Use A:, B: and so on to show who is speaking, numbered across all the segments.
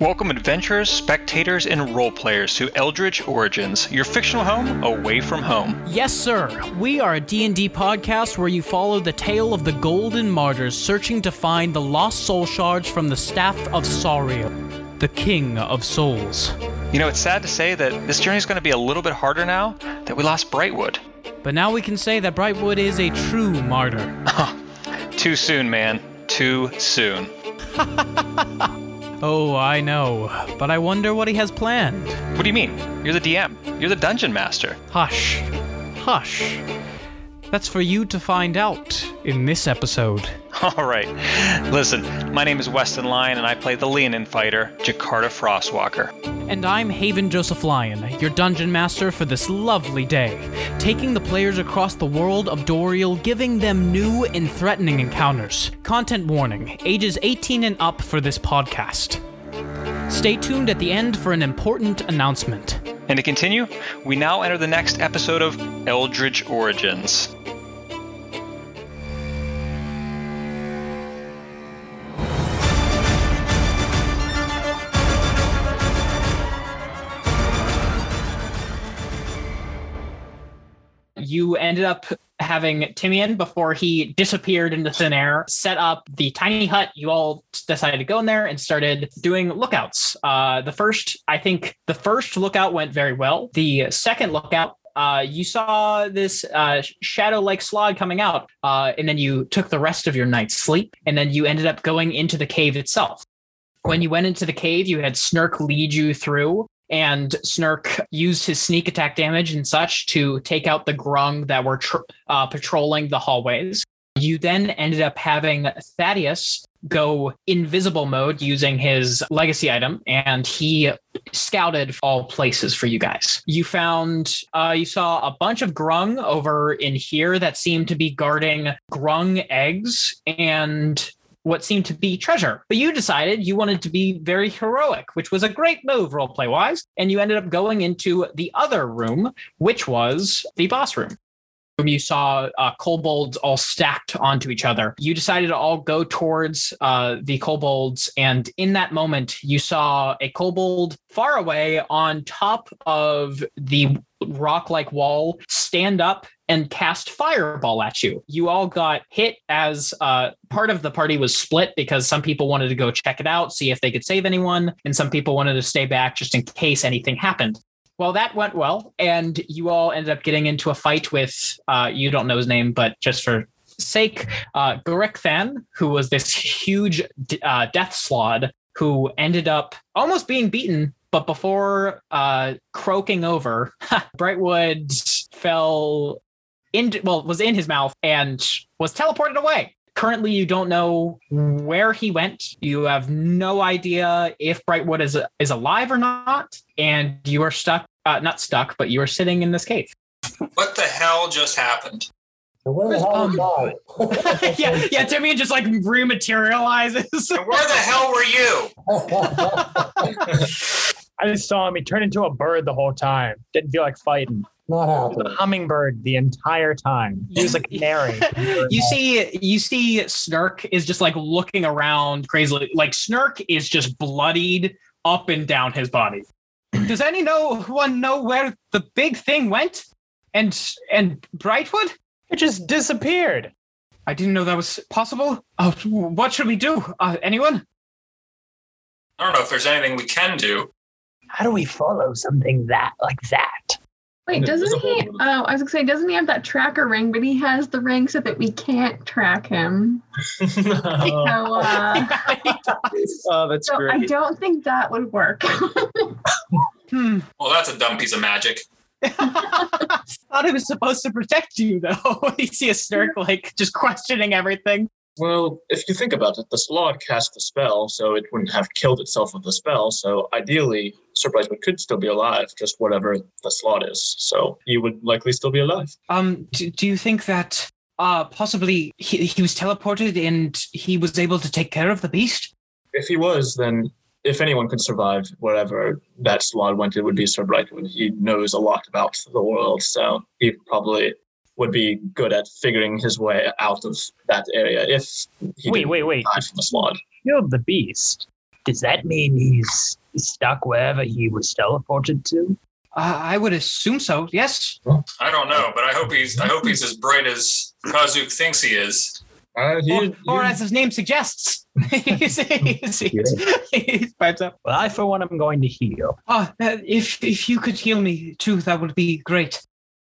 A: Welcome, adventurers, spectators, and role players to Eldritch Origins, your fictional home away from home.
B: Yes, sir. We are a D&D podcast where you follow the tale of the Golden Martyrs searching to find the lost soul shards from the Staff of Sario, the King of Souls.
A: You know, it's sad to say that this journey is going to be a little bit harder now that we lost Brightwood.
B: But now we can say that Brightwood is a true martyr.
A: Too soon, man. Too soon.
B: Oh, I know. But I wonder what he has planned.
A: What do you mean? You're the DM. You're the dungeon master.
B: Hush. Hush. That's for you to find out in this episode.
A: All right. Listen, my name is Weston Lyon, and I play the Leonin fighter, Jakarta Frostwalker.
B: And I'm Haven Joseph Lyon, your dungeon master for this lovely day, taking the players across the world of Doriel, giving them new and threatening encounters. Content warning ages 18 and up for this podcast. Stay tuned at the end for an important announcement.
A: And to continue, we now enter the next episode of Eldritch Origins.
C: you ended up having Timian before he disappeared into thin air, set up the tiny hut. You all decided to go in there and started doing lookouts. Uh, the first, I think, the first lookout went very well. The second lookout, uh, you saw this uh, shadow like slog coming out, uh, and then you took the rest of your night's sleep, and then you ended up going into the cave itself. When you went into the cave, you had Snurk lead you through and Snurk used his sneak attack damage and such to take out the grung that were tr- uh, patrolling the hallways. You then ended up having Thaddeus go invisible mode using his legacy item, and he scouted all places for you guys. You found, uh, you saw a bunch of grung over in here that seemed to be guarding grung eggs and what seemed to be treasure. But you decided you wanted to be very heroic, which was a great move roleplay wise. And you ended up going into the other room, which was the boss room. Whom you saw uh, kobolds all stacked onto each other. You decided to all go towards uh, the kobolds, and in that moment, you saw a kobold far away on top of the rock like wall stand up and cast fireball at you. You all got hit as uh, part of the party was split because some people wanted to go check it out, see if they could save anyone, and some people wanted to stay back just in case anything happened. Well, that went well, and you all ended up getting into a fight with uh, you don't know his name, but just for sake, uh, Gorek Than, who was this huge d- uh, death slod who ended up almost being beaten. But before uh, croaking over, Brightwood fell in well was in his mouth and was teleported away currently you don't know where he went you have no idea if brightwood is is alive or not and you are stuck uh, not stuck but you are sitting in this cave
D: What the hell just happened?
E: So where the hell
B: Um,
E: is God?
C: yeah yeah timmy just like rematerializes
D: And where the hell were you?
F: I just saw him. He turned into a bird the whole time. Didn't feel like fighting.
E: Not
F: He was a
E: happening.
F: hummingbird the entire time. He was a canary.
C: you see you see snurk is just like looking around crazily like snurk is just bloodied up and down his body does any know one know where the big thing went and and brightwood
F: It just disappeared.
C: I didn't know that was possible. Uh, what should we do? Uh, anyone?
D: I don't know if there's anything we can do.
F: How do we follow something that like that?
G: Wait,
H: And
G: doesn't
H: invisible
G: he?
H: to the-
G: Oh, I was gonna say, doesn't he have that tracker ring? But he has the ring so that we can't track him. So,
H: oh,
G: uh,
H: that's
G: so I
H: great.
G: don't think that would work.
C: Hmm.
D: Well, that's a dumb piece of magic.
C: Thought it was supposed to protect you, though. you see a snark like just questioning everything.
H: Well, if you think about it, the slog cast the spell, so it wouldn't have killed itself with the spell. So ideally, Sir Brightwood could still be alive, just whatever the slot is. So he would likely still be alive.
C: Um, do, do you think that uh possibly he, he was teleported and he was able to take care of the beast?
H: If he was, then if anyone could survive whatever that slot went, it would be Sir Brightwood. He knows a lot about the world, so he probably would be good at figuring his way out of that area if he
F: Wait,
H: didn't
F: wait, wait.
H: die from the slot.
F: Killed the beast.
B: Does that mean he's stuck wherever he was teleported to?
C: Uh, I would assume so. Yes.
E: Oh,
D: I don't know, but I hope he's I hope he's as bright as Kazuk thinks he is.
H: Uh, he,
C: or,
H: he-
C: or as his name suggests. he's, he's, he's, he's pipes up.
B: Well, I, for one, am going to heal.
C: Oh, uh, if if you could heal me too, that would be great.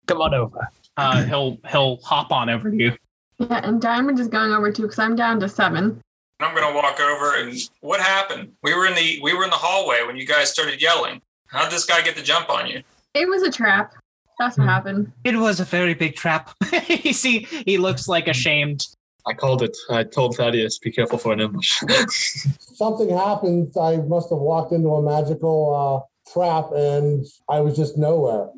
B: Come on over.
C: Uh, he'll he'll hop on over to you.
G: Yeah, and Diamond is going over too because I'm down to seven.
D: And I'm gonna walk over and what happened? We were in the we were in the hallway when you guys started yelling. How'd this guy get the jump on you?
G: It was a trap. That's
H: Hmm.
G: what happened.
C: It was a very big trap. you see, he looks like ashamed.
H: I called it. I told Thaddeus, be careful for an ambush.
I: Something happened. I must have walked into a magical uh, trap and I was just nowhere.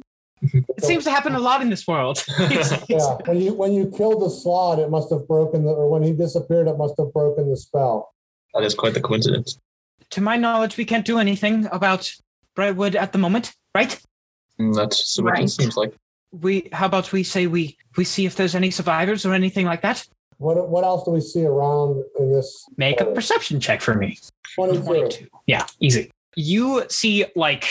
C: It seems to happen a lot in this world. He's- he's-
I: Yeah. When you when you killed the slot, it must have broken the or when he disappeared, it must have broken the spell.
H: that is quite the coincidence.
C: to my knowledge, we can't do anything about Brightwood at the moment, right?
H: Mm, That's what
G: Right.
H: it seems like.
C: We how about we say we we see if there's any survivors or anything like that?
I: What what else do we see around in this
C: Make a perception check for me.
I: 22?
C: 22. Yeah, easy. You see like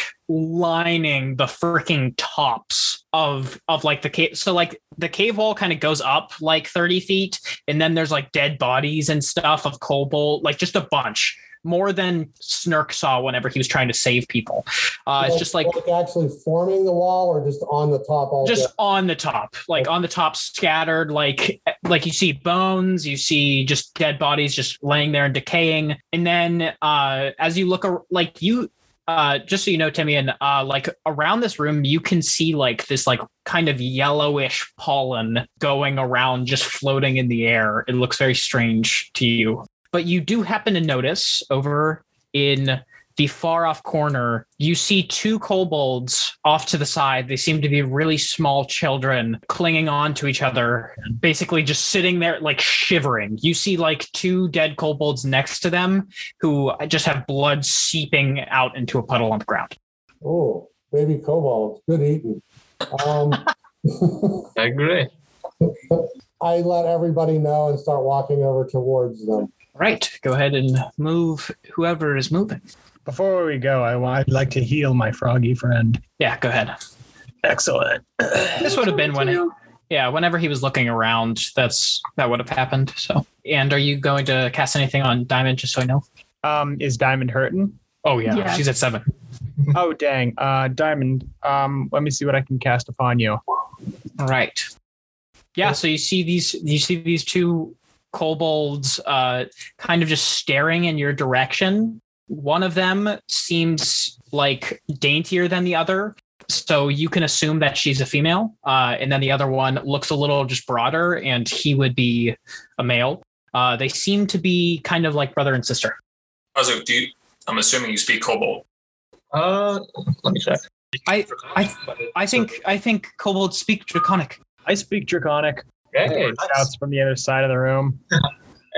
C: lining the freaking tops of of like the cave so like the cave wall kind of goes up like 30 feet and then there's like dead bodies and stuff of cobalt like just a bunch more than snurk saw whenever he was trying to save people uh it's just like
I: actually forming the wall or just on the top all
C: just on the top like on the top scattered like like you see bones you see just dead bodies just laying there and decaying and then uh as you look ar- like you uh just so you know timmy and uh like around this room you can see like this like kind of yellowish pollen going around just floating in the air it looks very strange to you but you do happen to notice over in the far off corner, you see two kobolds off to the side. They seem to be really small children clinging on to each other, basically just sitting there, like shivering. You see like two dead kobolds next to them who just have blood seeping out into a puddle on the ground.
I: Oh, baby cobalt, good eating. Um,
H: I agree.
I: I let everybody know and start walking over towards them.
C: All right, go ahead and move whoever is moving.
F: Before we go, I, wa- I'd like to heal my froggy friend.
C: Yeah, go ahead.
B: Excellent.
C: This would have been when
G: Twenty-two.
C: yeah, whenever he was looking around, that's that would have happened. So, and are you going to cast anything on Diamond just so I know?
F: Um, is Diamond hurting?
C: Oh yeah,
G: Yes.
C: she's at 7.
F: Oh dang, uh, Diamond. Um, let me see what I can cast upon you.
C: All right. Yeah, so you see these you see these two kobolds uh kind of just staring in your direction. One of them seems like daintier than the other, so you can assume that she's a female. Uh and then the other one looks a little just broader and he would be a male. Uh they seem to be kind of like brother and sister.
D: Kazuk, do you, I'm assuming you speak kobold.
H: Uh, let me check.
C: I- I think I think kobolds speak draconic.
F: I speak Draconic.
H: Hey,
F: Shouts from the other side of the room.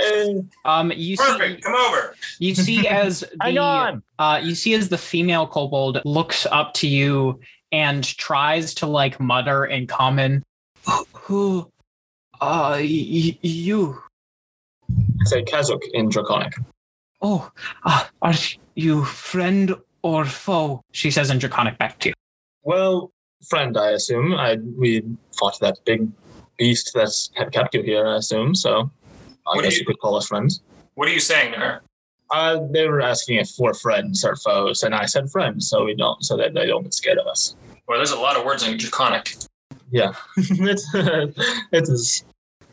H: hey,
C: Um you see
D: Perfect. Come over.
C: you see as the,
F: Hang on.
C: Uh, you see, as the female kobold looks up to you and tries to like mutter in common, "Who are Ah, y- you?
H: say Kazuk in Draconic.
C: Oh, uh, are you friend or foe?" She says in draconic back to you.
H: Well, friend, I assume. I we fought that big beast that's had kept you here. I assume so. I
D: What do
H: guess
D: you-
H: you-, could call us friends.
D: What are you saying to her?
H: Uh, they were asking if we're friends or foes, and I said friends, so we don't, so that they don't get scared of us.
D: Well, there's a lot of words in Draconic.
H: Yeah, it's it is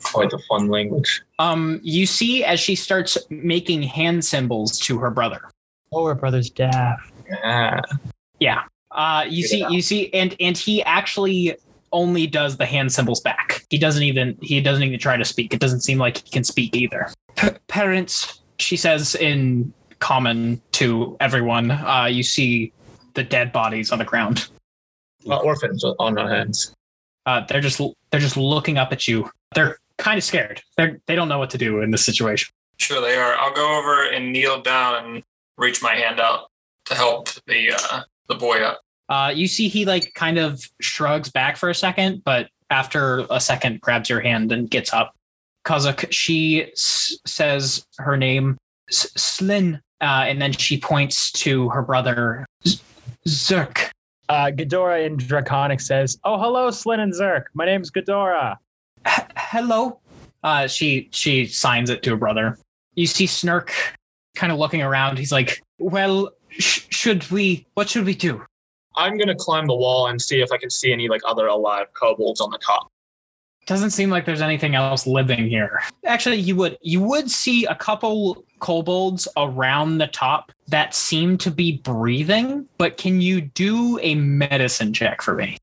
H: quite a fun language.
C: Um, you see, as she starts making hand symbols to her brother.
B: Oh, her brother's daft.
H: Yeah.
C: Uh, you see, you see, and and he actually only does the hand symbols back. He doesn't even he doesn't even try to speak. It doesn't seem like he can speak either. P- parents, she says in common to everyone. Uh, you see the dead bodies on the ground.
H: Uh, orphans on our hands.
C: Uh, they're just they're just looking up at you. They're kind of scared. They're they don't know what to do in this situation.
D: Sure, they are. I'll go over and kneel down and reach my hand out to help the uh, the boy up.
C: Uh, you see, he like kind of shrugs back for a second, but after a second, grabs your hand and gets up. Kazak, she s- says her name, S- Slin. Uh, and then she points to her brother, Z- Zerk.
F: Uh, Ghidorah in Draconic says, "Oh, hello, Slin and Zerk. My name's Ghidorah."
C: "H- hello. Uh, she she signs it to her brother. You see Snurk kind of looking around. He's like, well, sh- should we, what should we do?
H: I'm gonna climb the wall and see if I can see any like other alive kobolds on the top.
C: Doesn't seem like there's anything else living here. Actually, you would you would see a couple kobolds around the top that seem to be breathing, but can you do a medicine check for me?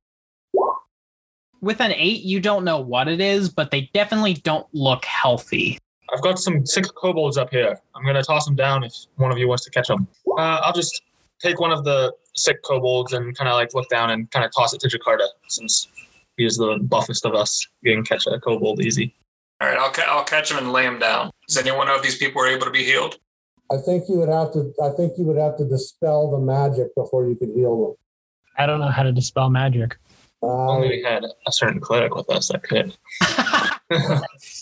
C: With an 8, you don't know what it is, but they definitely don't look healthy.
H: I've got some six kobolds up here. I'm gonna toss them down if one of you wants to catch them. Uh, I'll just take one of the sick kobolds and kind of like look down and kind of toss it to Jakarta since he is the buffest of us. You can catch a kobold easy.
D: All right, I'll, ca- I'll catch him and lay him down. Does anyone know if these people are able to be healed?
I: I think you would have to. I think you would have to dispel the magic before you could heal
F: I don't know how to dispel magic.
I: them.
H: Only
I: Um,
H: we had a certain cleric with us that could.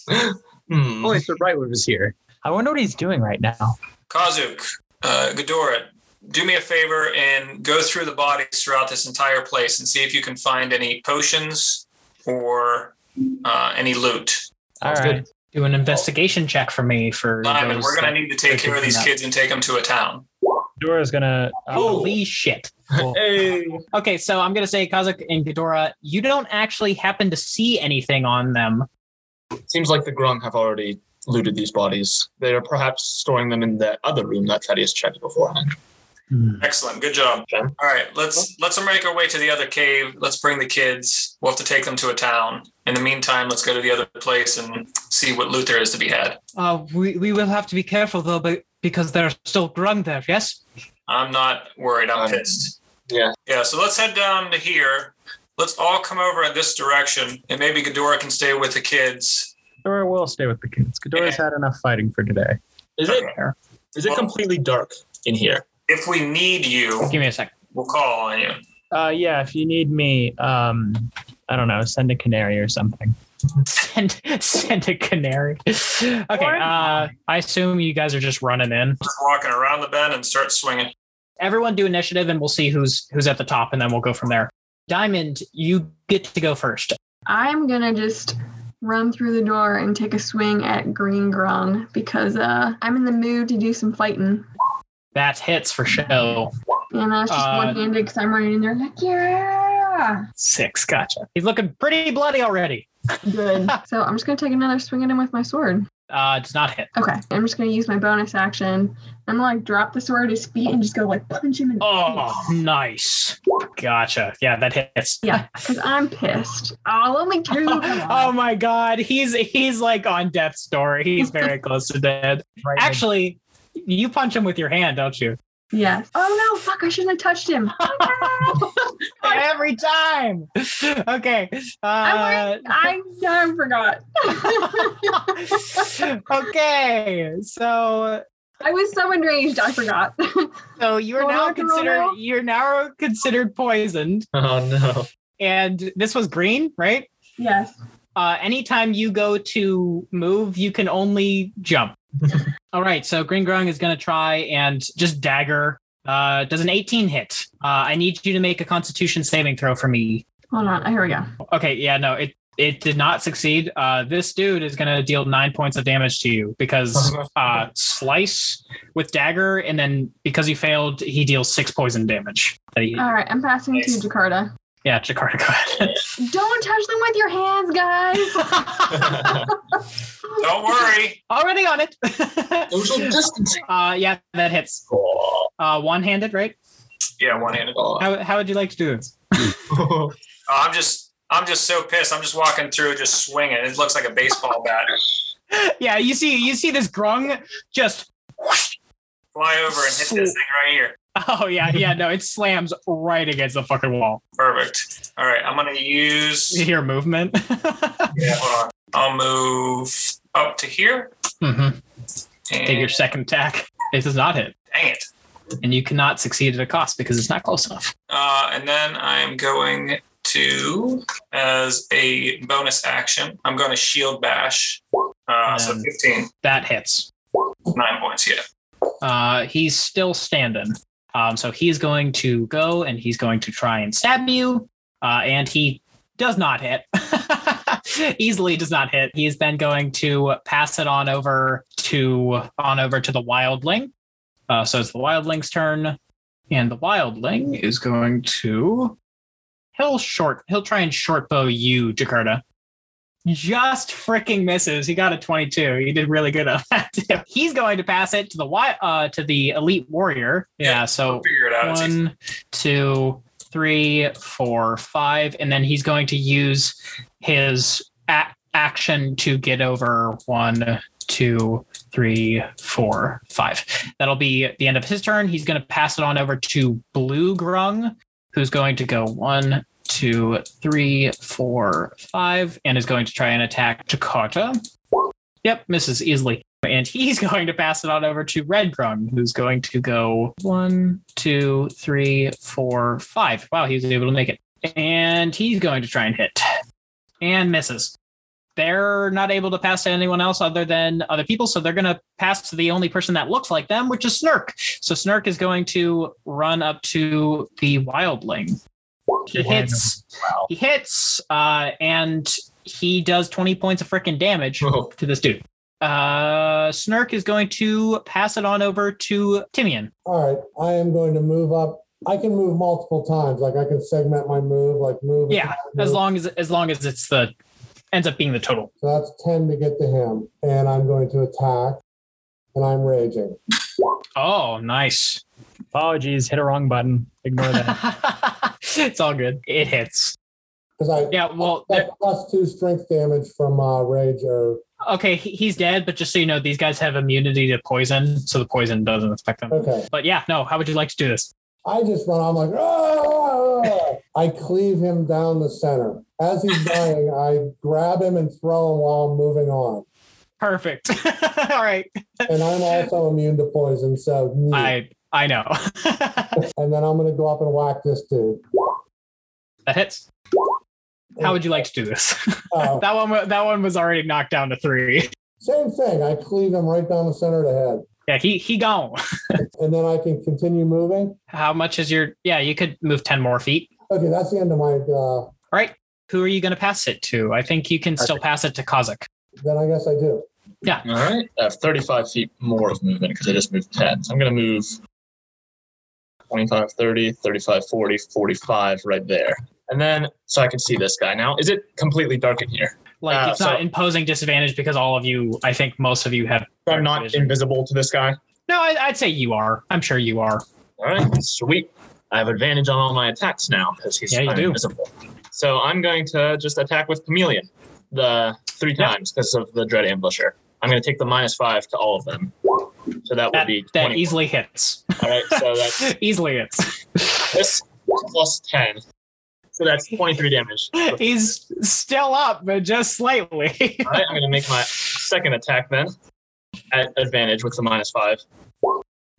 F: Oh,
H: Hmm.
J: Only Sir Brightwood was here. I wonder what he's doing right now.
D: Kazuk, uh, Ghidorah, do me a favor and go through the bodies throughout this entire place and see if you can find any potions or uh, any loot.
F: All right.
C: Do an investigation check for me for
D: Lyman,
C: those
D: we're going
C: that-
D: to need to take care of these kids and take them to a town.
F: Ghidorah's gonna.
C: Holy shit.
H: Hey.
C: Okay, so I'm gonna say Kazak and Ghidorah, you don't actually happen to see anything on them.
H: Seems like the Grung have already looted these bodies. They are perhaps storing them in the other room that Thaddeus checked beforehand.
D: Excellent. Good job.
H: Okay.
D: All right, let's let's make our way to the other cave. Let's bring the kids. We'll have to take them to a town. In the meantime, let's go to the other place and see what loot there is to be had.
C: Uh, we we will have to be careful though, but because they're still grung there. Yes.
D: I'm not worried. I'm
H: Um,
D: pissed.
H: yeah.
D: Yeah. So let's head down to here. Let's all come over in this direction, and maybe Ghidorah can stay with the kids.
F: Ghidorah will stay with the kids. Ghidorah's had enough fighting for today.
H: Is it
D: Okay.
H: is it completely dark in here?
D: If we need you,
C: Give me a sec.
D: we'll call on you.
F: Uh, yeah, if you need me, um, I don't know, send a canary or something.
C: Send send a canary. Okay.
J: Or-
C: Uh, I assume you guys are just running in.
D: Just walking around the bend and start swinging.
C: Everyone do initiative, and we'll see who's who's at the top, and then we'll go from there. Diamond, you get to go first.
G: I'm gonna just run through the door and take a swing at Green Grung because uh, I'm in the mood to do some fighting.
C: That hits for show.
G: And uh, it's just
C: Uh,
G: one handed because I'm running in there like, yeah,
C: Six. Gotcha. He's looking pretty bloody already.
G: good. so I'm just gonna take another swing at him with my sword.
C: Uh, does not hit.
G: Okay, I'm just gonna use my bonus action. I'm gonna like drop the sword at his feet and just go like punch him in the
C: Oh, nice. Gotcha. Yeah, that hits.
G: Yeah, because I'm pissed. Oh, only two.
C: oh my god, he's he's like on death's door. He's very close to dead.
F: Right.
C: Actually, you punch him with your hand, don't you?
G: yes. Oh no, fuck! I shouldn't have touched him. Oh,
C: Every time. Okay. Uh,
G: I, I, I forgot.
C: okay. So
G: I was so enraged, I forgot.
C: so you're
G: Roll
C: now
G: out, roll
C: considered
G: out.
C: you're now considered poisoned.
H: Oh no.
C: And this was green, right?
G: yes.
C: Uh, anytime you go to move, you can only jump. All right, so Green Grung is going to try and just dagger. Uh, does an 18 hit? Uh, I need you to make a Constitution saving throw for me.
G: Hold on. Here we go.
C: Okay, yeah, no, it it did not succeed. Uh, this dude is going to deal nine points of damage to you because uh, slice with dagger, and then because you failed, he deals six poison damage. That he-
G: All right. I'm passing to Jakarta.
C: yeah, Jakarta, go ahead.
G: Don't touch them with your hands, guys.
D: Don't worry.
C: Already on it.
H: Social distancing.
C: uh, yeah, that hits. Uh, one handed, right?
D: Yeah, one-handed.
H: Oh.
C: How, how would you like to do this?
D: Oh, I'm just I'm just so pissed. I'm just walking through, just swinging. It looks like a baseball bat.
C: yeah, you see, you see this grung just. whoosh.
D: Fly over and hit this thing right here.
C: Oh yeah, yeah. No, it slams right against the fucking wall.
D: Perfect. All right, I'm gonna use.
C: You hear movement.
D: Yeah, hold on. I'll move up to here.
C: Mhm.
D: And,
C: Take your second attack. It does not hit,
D: Dang it.
C: and you cannot succeed at a cost because it's not close enough.
D: Uh, and then I'm going to, as a bonus action, I'm going to shield bash. Uh, so
C: Um,
D: 15,
C: That hits.
D: nine points, yeah.
C: Uh, he's still standing. Um, so he's going to go and he's going to try and stab you. Uh, and he does not hit. Easily does not hit. He's then going to pass it on over to on over to the wildling. Uh, so it's the wildling's turn, and the wildling is going to he'll short he'll try and short bow you, Jakarta. Just freaking misses. He got a 22. He did really good on that too. He's going to pass it to the wi- uh to the elite warrior. Yeah.
D: Yeah,
C: so
D: Figure it out. It's easy.
C: one, two, three, four, five, and then he's going to use his a- action to get over one, two, three, four, five. That'll be the end of his turn. He's going to pass it on over to Blue Grung, who's going to go one, two, three, four, five, and is going to try and attack Jakarta. Yep, misses easily. And he's going to pass it on over to Red Grung, who's going to go one, two, three, four, five. Wow, he was able to make it. And he's going to try and hit and misses. They're not able to pass to anyone else other than other people, so they're going to pass to the only person that looks like them, which is Snurk. So Snurk is going to run up to the Wildling. He hits. He hits, uh, and he does 20 points of freaking damage
H: Whoa.
C: to this dude. Uh, Snurk is going to pass it on over to Timian.
I: All right, I am going to move up. I can move multiple times. Like I can segment my move, like move.
C: Yeah, as long as as long as it's the ends up being the total.
I: So that's 10 to get to him. And I'm going to attack. And I'm raging.
C: Oh, nice.
F: Apologies, hit a wrong button. Ignore that.
C: it's all good. It hits.
I: Because I
C: Yeah. Well, there-
I: that's plus two strength damage from uh, rage or.
C: okay, he- he's dead. But just so you know, these guys have immunity to poison, so the poison doesn't affect them.
I: Okay.
C: But yeah, no. How would you like to do this?
I: I just run. I'm like, "Ah!" I cleave him down the center. As he's dying, I grab him and throw him while I'm moving on.
C: Perfect. all right.
I: And I'm also immune to poison. So,
C: I I know that
I: and then I'm going to go up and whack this dude.
C: hits. How would you like to do this?
I: Oh,
C: that one wa- that one was already knocked down to three.
I: same thing. I cleave him right down the center of the head.
C: Yeah, he he gone.
I: and then I can continue moving.
C: How much is your? Yeah, you could move ten more feet.
I: Okay, that's the end of my. Uh,
C: All right. Who are you going to pass it to? I think you can still pass it to Kazakh.
I: then I guess I do.
H: All right. I have 35 feet more of movement because I just moved 10. So I'm going to move 25, 30, 35, 40, 45 right there. And then, so I can see this guy now. Is it completely dark in here?
C: Like
H: Uh,
C: it's not
H: so-
C: imposing disadvantage because all of you, I think most of you have.
H: I'm not invisible to this guy.
C: No, I, I'd say you are. I'm sure you are.
H: All right, sweet. I have advantage on all my attacks now because he's
C: Yeah, you do.
H: invisible. So I'm going to just attack with Chameleon the three
C: Yeah.
H: times because of the Dread Ambusher. I'm going to take the minus five to all of them. So that, would
C: That
H: be
C: that
H: 20.
C: easily hits.
H: All right, so that's
C: easily hits.
H: this plus 10. So that's 23 damage. All
C: He's still up, but just slightly.
H: right, I'm going to make my second attack then at advantage with the minus five.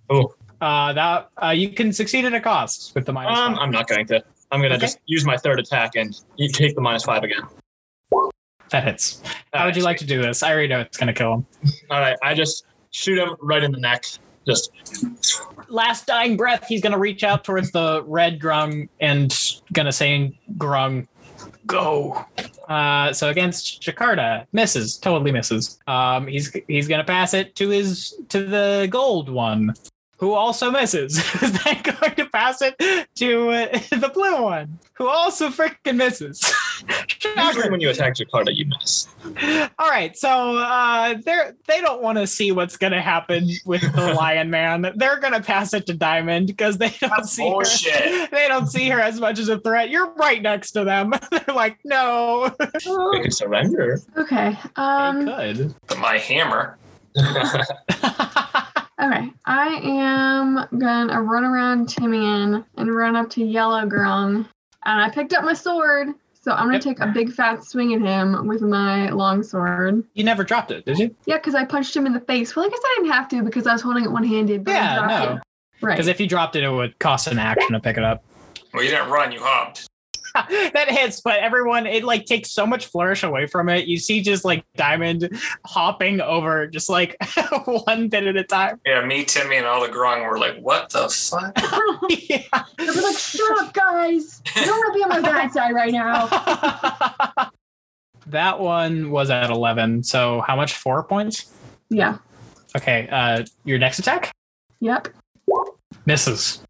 C: uh, that uh, you can succeed at a cost with the minus.
F: Uh,
H: Um,
C: five.
H: I'm not going to. I'm going to
C: Okay.
H: just use my third attack and you take the minus five again.
C: That hits. How would you like to do this? I already know it's going to kill him.
F: Uh,
H: All right, I just shoot him right in the neck. Just
C: last dying breath, he's gonna reach out towards the red grung and gonna say grung, go. Uh, so against Jakarta, misses, totally misses. Um, he's he's gonna pass it to his to the gold one, who also misses. Is then going to pass it to uh, the blue one, who also freaking misses.
H: usually
C: Shocker.
H: when you attack Jakarta, you miss.
C: All right, so uh, they're they don't want to see what's gonna happen with the Lion Man. They're gonna pass it to Diamond because they don't see her.
D: bullshit.
C: They don't see her as much as a threat. You're right next to them. they're like, no.
H: They could surrender.
G: Oh, Okay. Um.
C: could.
D: But my hammer.
G: Okay, I am gonna run around Timian and run up to Yellow Grung. And I picked up my sword, so I'm gonna
C: Yep.
G: take a big fat swing at him with my long sword.
C: you never dropped it, did you?
G: Yeah, because I punched him in the face. Well, I guess I didn't have to because I was holding it one handed.
C: Yeah, no.
G: Right.
C: Because if you dropped it, it would cost an action to pick it up.
D: Well, you didn't run, you hopped.
C: that hits, but everyone it like takes so much flourish away from it. You see just like Diamond hopping over just like one bit at a time.
D: Yeah, me, Timmy, and all the grung were like, "What the fuck?"
C: yeah.
G: They'll be like, shut up, guys. You don't want to be on my bad side right now.
C: that one was at 11. So how much? Four points?
G: Yeah.
C: Okay. Uh, your next attack
G: Yep.
C: misses.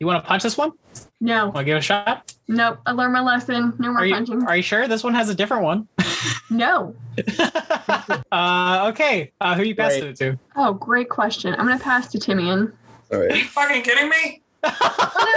C: You want to punch this one?
G: No.
C: Want to give it a shot?
G: Nope. I learned my lesson. No more
C: Are you
G: punching.
C: Are you sure this one has a different one?
G: No.
C: uh, okay. Uh, who you passing it to?
G: Oh, great question. I'm gonna pass to Timian.
K: All
D: Are
K: right.
D: you fucking kidding me?
G: Oh,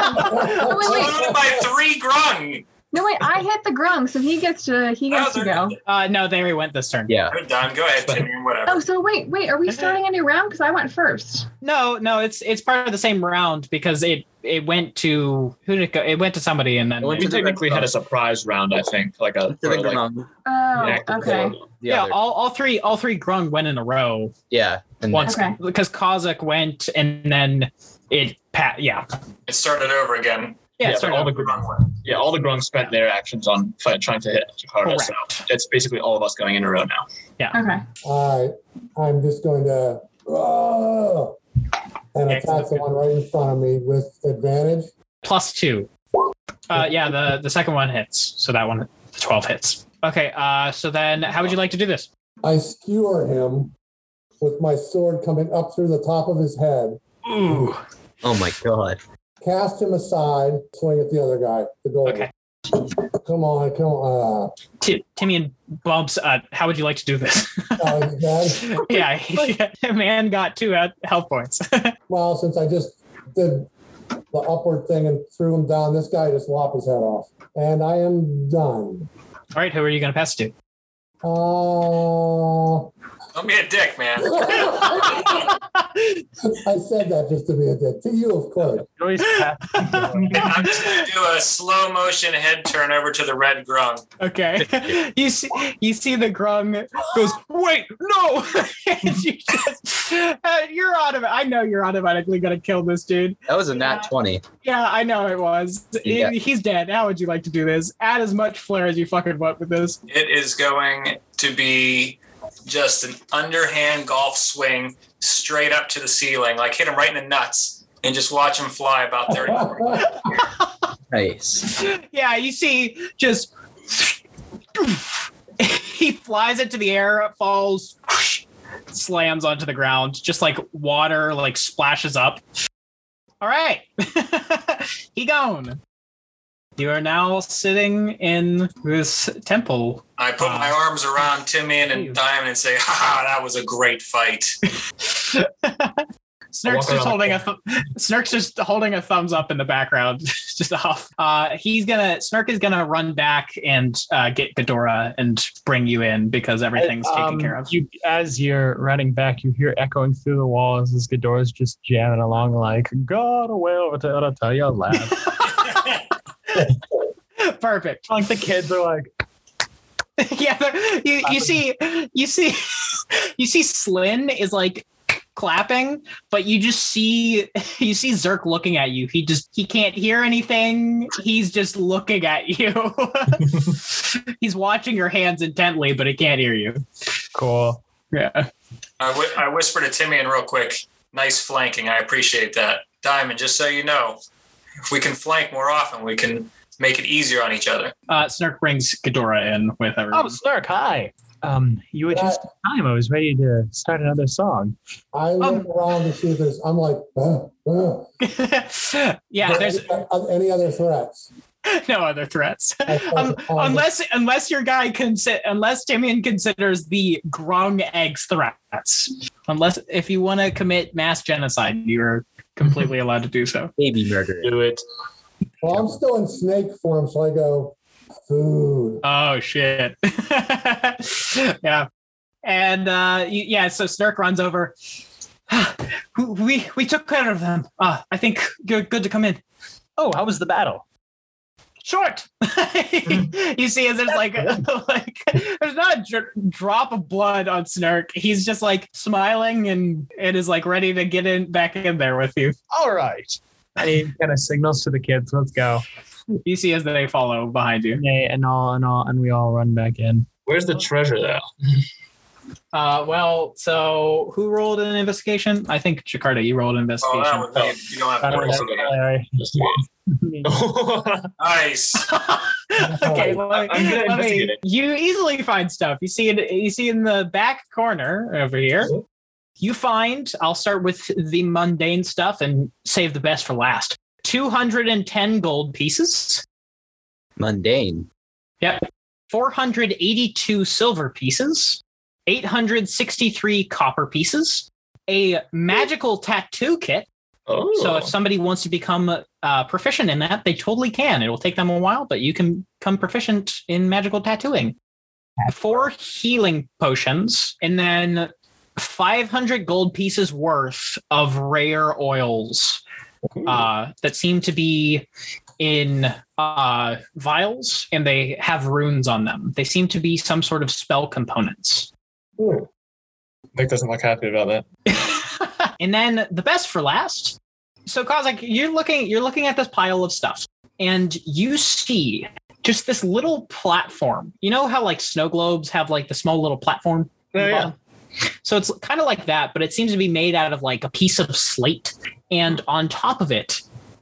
G: no.
D: It's
G: wait, wait.
D: only by three grung.
G: no, wait. I hit the grung, so he gets to
H: Oh,
G: he gets to go.
C: Uh, no, they already went this turn.
K: Yeah.
D: We're done. Go ahead, Timmy. Whatever.
G: Oh, so wait, wait. Are we starting a new round? Because I went first.
C: No, no, it's it's part of the same round because it it went to who did it go? It went to somebody and then
K: It went
H: We
K: to the
H: technically
K: red
H: had a
K: box.
H: surprise round, I think. Like a
K: To
H: or
K: the
H: like-
K: ground.
G: Oh,
H: Yeah.
G: okay.
K: The
C: yeah,
K: other-
C: all, all three all three grung went in a row
K: yeah. And
C: once
G: Okay.
C: because Kazakh went and then it pat yeah
D: It started over again.
C: yeah,
H: Yeah,
C: it started
H: all the
C: over.
H: grung yeah, all the grungs spent their actions on fi- trying to hit Jakarta. So
C: correct
H: it's basically all of us going in a row now.
G: Okay.
I: All right. I'm just going to "Ugh," and attack the one right in front of me with advantage.
C: plus two. Uh, yeah, the the second one hits, so that one the twelve hits. Okay, uh, so then how would you like to do this?
I: I skewer him with my sword coming up through the top of his head,
C: Ooh,
K: oh my god.
I: cast him aside, swing at the other guy, the golden.
C: Okay.
I: Come on, come on.
C: T- Timian bumps. Uh, how would you like to do this?
I: Uh, oh, he's dead.
C: yeah, he- man got two health- health points.
I: Well, since I just did the upward thing and threw him down, this guy just lopped his head off. And I am done.
C: All right, who are you gonna pass to?
I: Uh,
D: Don't be a dick, man.
I: I said that just to be a dick. To you, of course.
F: Joyce
D: I'm just gonna do a slow motion head turn over to the red grung.
C: Okay, you see, you see the grung goes. Wait, no! and you just, uh, you're autom- I know you're automatically gonna kill this dude.
K: That was a nat 20.
C: Yeah, I know it was.
K: Yeah.
C: He- He's dead. How would you like to do this? Add as much flair as you fucking want with this.
D: It is going to be just an underhand golf swing straight up to the ceiling, like hit him right in the nuts, and just watch him fly about thirty.
K: Nice.
C: Yeah, you see, just he flies into the air, falls, slams onto the ground, just like water like splashes up. All right, he gone. You are now sitting in this temple.
D: I put my arms around Timmy and Diamond and say, "Ha ha, that was a great fight."
C: Snurk's just
H: around the
C: holding a th- Snurk's just holding a thumbs up in the background, just off. Uh, he's gonna Snurk is gonna run back and uh, get Ghidorah and bring you in because everything's taken
F: Um,
C: care of.
F: You, as you're running back, you hear echoing through the walls as Ghidorah's just jamming along, like, God away over to I'll tell you lad.
C: Perfect.
F: like the kids are like,
C: yeah, they're- you, you see, you see, you see, Slynn is like clapping, but you just see you see Zerk looking at you. He just he can't hear anything. He's just looking at you. He's watching your hands intently, but he can't hear you.
F: cool.
C: Yeah.
D: I, w- I whisper to Timmy and real quick, "Nice flanking. I appreciate that, Diamond. Just so you know, if we can flank more often, we can make it easier on each other."
C: Uh, Snark brings Ghidorah in with everyone.
F: Oh, Snark, hi. Um, you were just in time. I was ready to start another song.
C: Um,
I: I look around to see if there's, I'm like, uh, "Ugh, ugh."
C: yeah, there's
I: Are any other threats.
C: no other threats.
I: I said,
C: Um,
I: "Oh,
C: unless unless your guy consi- unless Timian considers the grung eggs threats. Unless if you want to commit mass genocide, you're completely allowed to do so.
K: Baby murder.
H: Do it.
I: Well, I'm still in snake form, so I go, food.
C: Oh shit. yeah. And uh, you- yeah, so Snurk runs over. we we took care of them. Uh, I think you're good to come in.
L: Oh, how was the battle?
C: short. you see, as there's like, like there's not a dr- drop of blood on Snark. He's just like smiling and and is like ready to get in back in there with you.
F: All right. And he kind of signals to the kids, let's go.
C: You see as they follow behind you.
F: Nay, and all and all, and we all run back in.
H: Where's the treasure though?
C: Uh, well, so who rolled an investigation? I think Jakarta, you rolled an investigation.
D: Oh, that would be, you don't have
F: I
D: to
F: don't
D: worry
F: know,
D: about that.
F: Larry.
D: Nice.
C: okay, well,
H: I'm gonna
C: let me-
H: investigate it.
C: you easily find stuff. You see it. You see in the back corner over here. You find. I'll start with the mundane stuff and save the best for last. Two hundred and ten gold pieces,
I: Mundane.
C: four hundred eighty-two silver pieces, eight hundred sixty-three copper pieces, a magical tattoo kit.
H: Oh,
C: So if somebody wants to become uh, proficient in that, they totally can. It will take them a while, but you can become proficient in magical tattooing. Four healing potions, and then 500 gold pieces worth of rare oils uh, that seem to be in uh, vials, and they have runes on them. They seem to be some sort of spell components.
H: Nick doesn't look happy about that.
C: and then the best for last. So Kozak, you're looking you're looking at this pile of stuff, and you see just this little platform. You know how like snow globes have like the small little platform. on the
H: Oh, yeah.
C: bottom? So it's kind of like that, but it seems to be made out of like a piece of slate, and on top of it,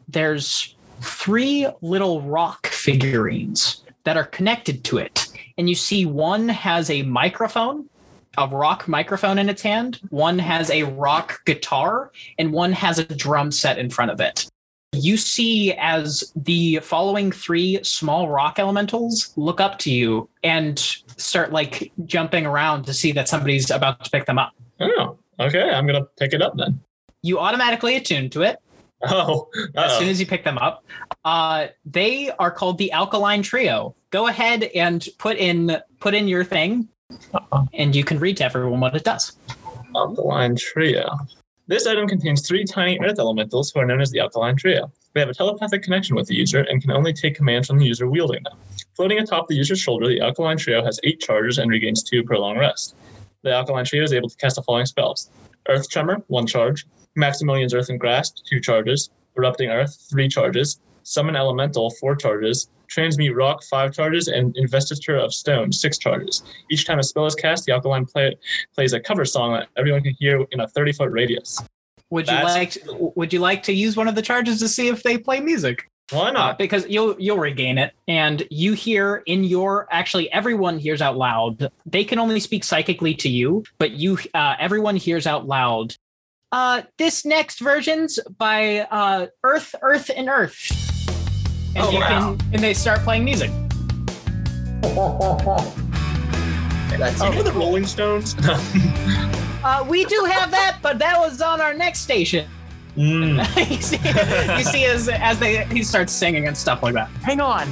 C: there's three little rock figurines that are connected to it. And you see one has a microphone a rock microphone in its hand, one has a rock guitar, and one has a drum set in front of it. You see as the following three small rock elementals look up to you and start like jumping around to see that somebody's about to pick them up.
H: Oh, okay. I'm gonna pick it up then.
C: You automatically attune to it
H: Oh,
C: as soon
H: uh-oh.
C: as you pick them up. Uh, they are called the Alkaline Trio. Go ahead and put in put in your thing, and you can read to everyone what it does.
H: Alkaline Trio. This item contains three tiny earth elementals who are known as the Alkaline Trio. They have a telepathic connection with the user and can only take commands from the user wielding them. Floating atop the user's shoulder, the Alkaline Trio has eight charges and regains two per long rest. The Alkaline Trio is able to cast the following spells Earth Tremor, one charge, Maximilian's Earth and Grasp, two charges, Erupting Earth, three charges, Summon Elemental, four charges, Transmute Rock, five charges, and Investiture of Stone, six charges. Each time a spell is cast, the Alkaline play, plays a cover song that everyone can hear in a 30 foot radius.
C: Would
H: That's-
C: you like would you like to use one of the charges to see if they play music?
H: Why
C: Uh,
H: not?
C: because you'll you'll regain it and you hear in your actually everyone hears out loud. They can only speak psychically to you, but you uh, everyone hears out loud. Uh this next version's by uh Earth Earth and Earth. And
D: Oh,
C: you
D: wow.
C: can and they start playing music.
I: That's
C: Oh.
H: you know the Rolling Stones?
C: Uh we do have that, but that was on our next station.
H: Mm.
C: you see, you see as as they he starts singing and stuff like that.
F: Hang on.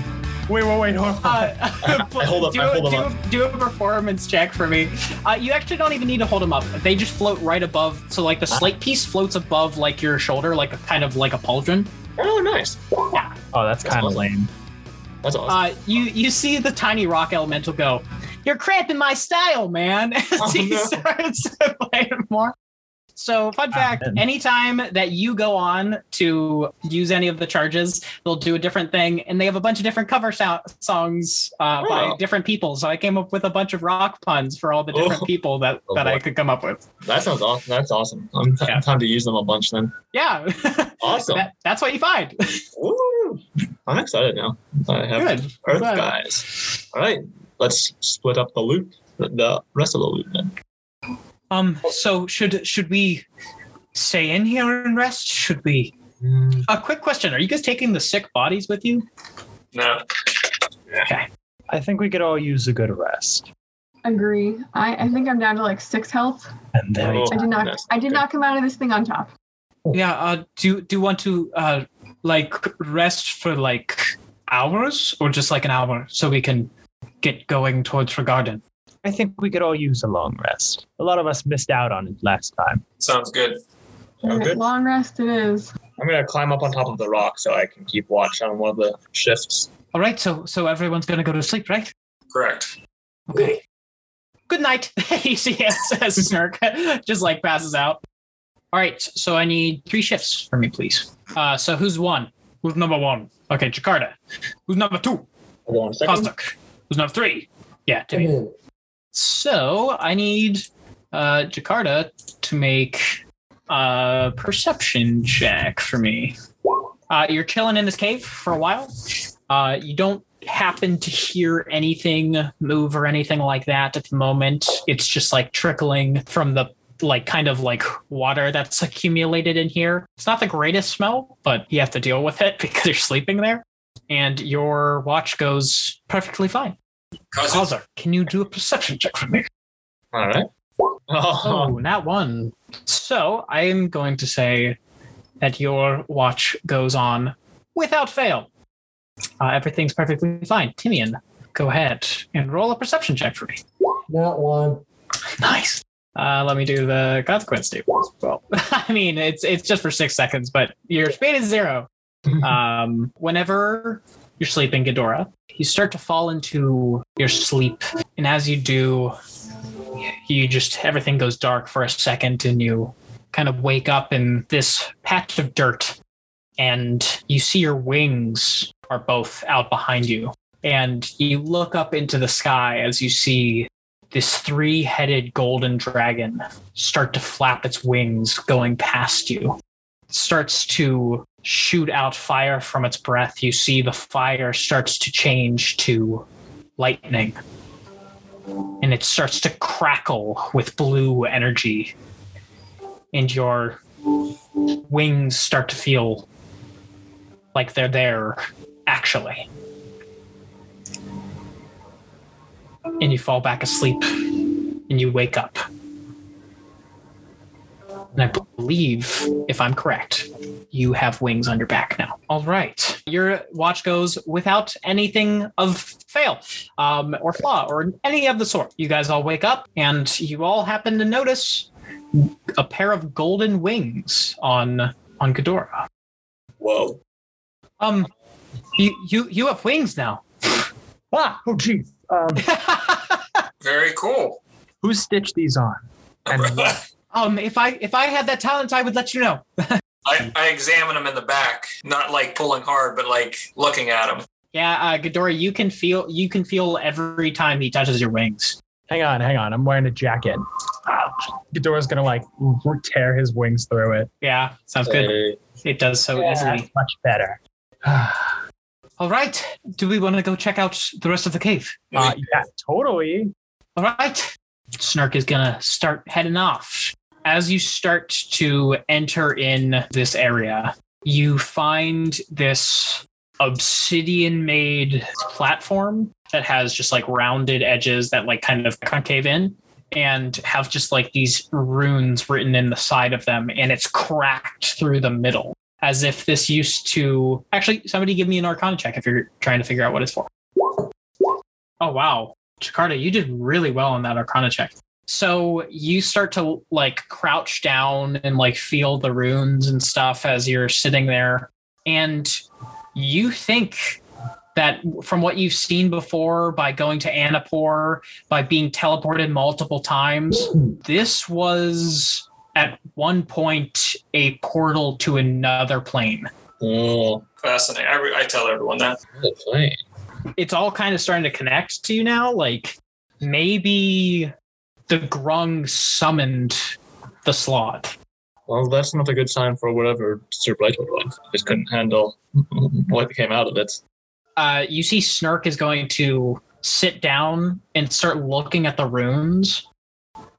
F: Wait, wait, wait, hold on.
C: Uh,
H: I hold up,
C: Do,
H: I hold
C: do,
H: them
C: do a performance check for me. Uh, you actually don't even need to hold them up. They just float right above. So like the
H: Ah.
C: slate piece floats above like your shoulder, like a kind of like a pauldron.
H: Oh, nice.
F: oh, that's
H: That's
F: kind of
H: awesome.
F: lame.
H: That's awesome.
C: Uh, you you see the tiny rock elemental go. You're cramping my style, man. As
H: Oh,
C: he
H: no.
C: starts to play it more. So, fun fact:
F: Ah, man.
C: anytime that you go on to use any of the charges, they'll do a different thing, and they have a bunch of different cover so- songs uh,
H: Oh.
C: by different people. So, I came up with a bunch of rock puns for all the different
H: Oh.
C: people that
I: Oh,
C: that I
I: boy.
C: could come up with.
H: that sounds awesome. That's awesome. I'm t-
C: Yeah.
H: time to use them a bunch then.
C: Yeah,
H: Awesome.
C: that, that's what you find.
H: Woo! I'm excited now. I have
C: Good.
H: Earth
C: Glad.
H: guys. All right, let's split up the loot, the, the rest of the loot then.
C: Um. So, should should we stay in here and rest? Should we? A quick question: Are you guys taking the sick bodies with you?
D: No.
F: I think we could all use a good rest.
G: Agree. I, I think I'm down to like six health.
F: And then
H: Oh,
G: I did not.
H: nice.
G: I did not come out of this thing on top.
C: Yeah. Uh. Do Do you want to uh like rest for like hours or just like an hour so we can get going towards the garden?
F: I think we could all use a long rest. A lot of us missed out on it last time.
D: Sounds good.
H: Sound Oh, good?
G: Long rest it is.
H: I'm gonna climb up on top of the rock so I can keep watch on one of the shifts.
C: All right. So so everyone's gonna go to sleep, right?
D: Correct.
C: Okay. Good night. he says Snark just like passes out. All right. So I need three shifts for me, please. Uh. So who's one? Who's number one? Okay, Jakarta. Who's number two?
H: Hold on a second.
C: Kostak. Who's number three? Yeah, Timmy. So I need uh, Jakarta to make a perception check for me. Uh, you're chilling in this cave for a while. Uh, you don't happen to hear anything move or anything like that at the moment. It's just like trickling from the like kind of like water that's accumulated in here. It's not the greatest smell, but you have to deal with it because you're sleeping there. And your watch goes perfectly fine. Kazar, can you do a perception check for me?
H: All right.
C: Oh, not one. So I am going to say that your watch goes on without fail. Uh, everything's perfectly fine. Timian, go ahead and roll a perception check for me.
I: Not one.
C: Nice. Uh, let me do the consequence table as well. I mean, it's it's just for six seconds, but your speed is zero. Um, whenever you're sleeping, Ghidorah, you start to fall into your sleep, and as you do, you just everything goes dark for a second, and you kind of wake up in this patch of dirt, and you see your wings are both out behind you, and you look up into the sky as you see this three headed golden dragon start to flap its wings going past you. It starts to shoot out fire from its breath. You see the fire starts to change to lightning. And it starts to crackle with blue energy. And your wings start to feel like they're there, actually. and you fall back asleep and you wake up. And I believe, if I'm correct, you have wings on your back now. All right. Your watch goes without anything of fail um, or flaw or any of the sort. You guys all wake up and you all happen to notice a pair of golden wings on on Ghidorah.
H: Whoa.
C: Um, you you you have wings now.
F: Wow. Oh, geez. Um,
D: Very cool.
F: who stitched these on? And
D: I,
C: Um, if I if I had that talent, I would let you know.
D: I examine them in the back, not like pulling hard, but like looking at them.
C: Yeah, uh, Ghidorah, you can feel you can feel every time he touches your wings.
F: hang on, hang on. I'm wearing a jacket. Ghidorah's gonna like r- tear his wings through it.
C: Yeah, sounds good. It does so
F: Yeah.
C: easily.
F: Much better.
C: All right, do we want to go check out the rest of the cave?
F: Uh, yeah, totally.
C: All right. Snark is going to start heading off. As you start to enter in this area, you find this obsidian made platform that has just like rounded edges that like kind of concave in and have just like these runes written in the side of them and it's cracked through the middle as if this used to actually somebody give me an arcana check if you're trying to figure out what it's for Oh wow, Jakarta, you did really well on that Arcana check. So you start to like crouch down and like feel the runes and stuff as you're sitting there, and you think that from what you've seen before by going to Annapur, by being teleported multiple times, this was at one point a portal to another plane.
H: Oh,
D: Fascinating. I, re- I tell everyone that.
H: the plane.
C: it's all kind of starting to connect to you now. Like maybe the Grung summoned the Sloth.
H: Well, that's not a good sign for whatever Sir Blightwood was. Just couldn't handle what came out of it.
C: Uh, you see, Snark is going to sit down and start looking at the runes,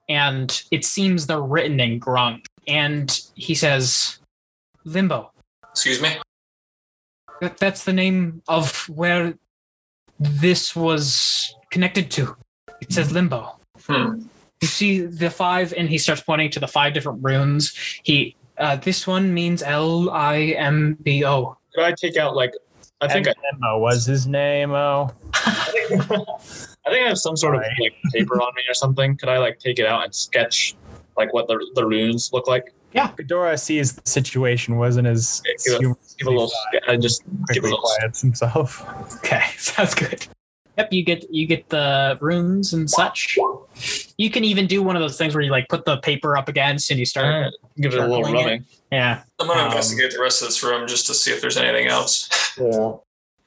C: and it seems they're written in Grung. And he says, "Limbo.
D: Excuse me.
C: That, that's the name of where this was connected to. It says Limbo."
D: Hmm.
C: you see the five and he starts pointing to the five different runes he uh, this one means l-i-m-b-o
H: Oh, Could I take out like? I think I,
F: Nemo was his name. Oh,
H: I think I have some sort of like paper on me or something. Could I like take it out and sketch like what the the runes look like?
F: Ghidorah sees the situation wasn't as
H: Give a,
F: humorous
H: give a little. I just
F: as he
H: give a
F: quickly
H: little.
F: quiets himself.
C: okay sounds good
B: Yep, you get you get the runes and such. You can even do one of those things where you like put the paper up against and you start
H: Alright, Mm, give it a little
B: circling
H: rubbing.
B: Yeah.
D: I'm gonna
B: Um,
D: investigate the rest of this room just to see if there's anything else.
I: Yeah.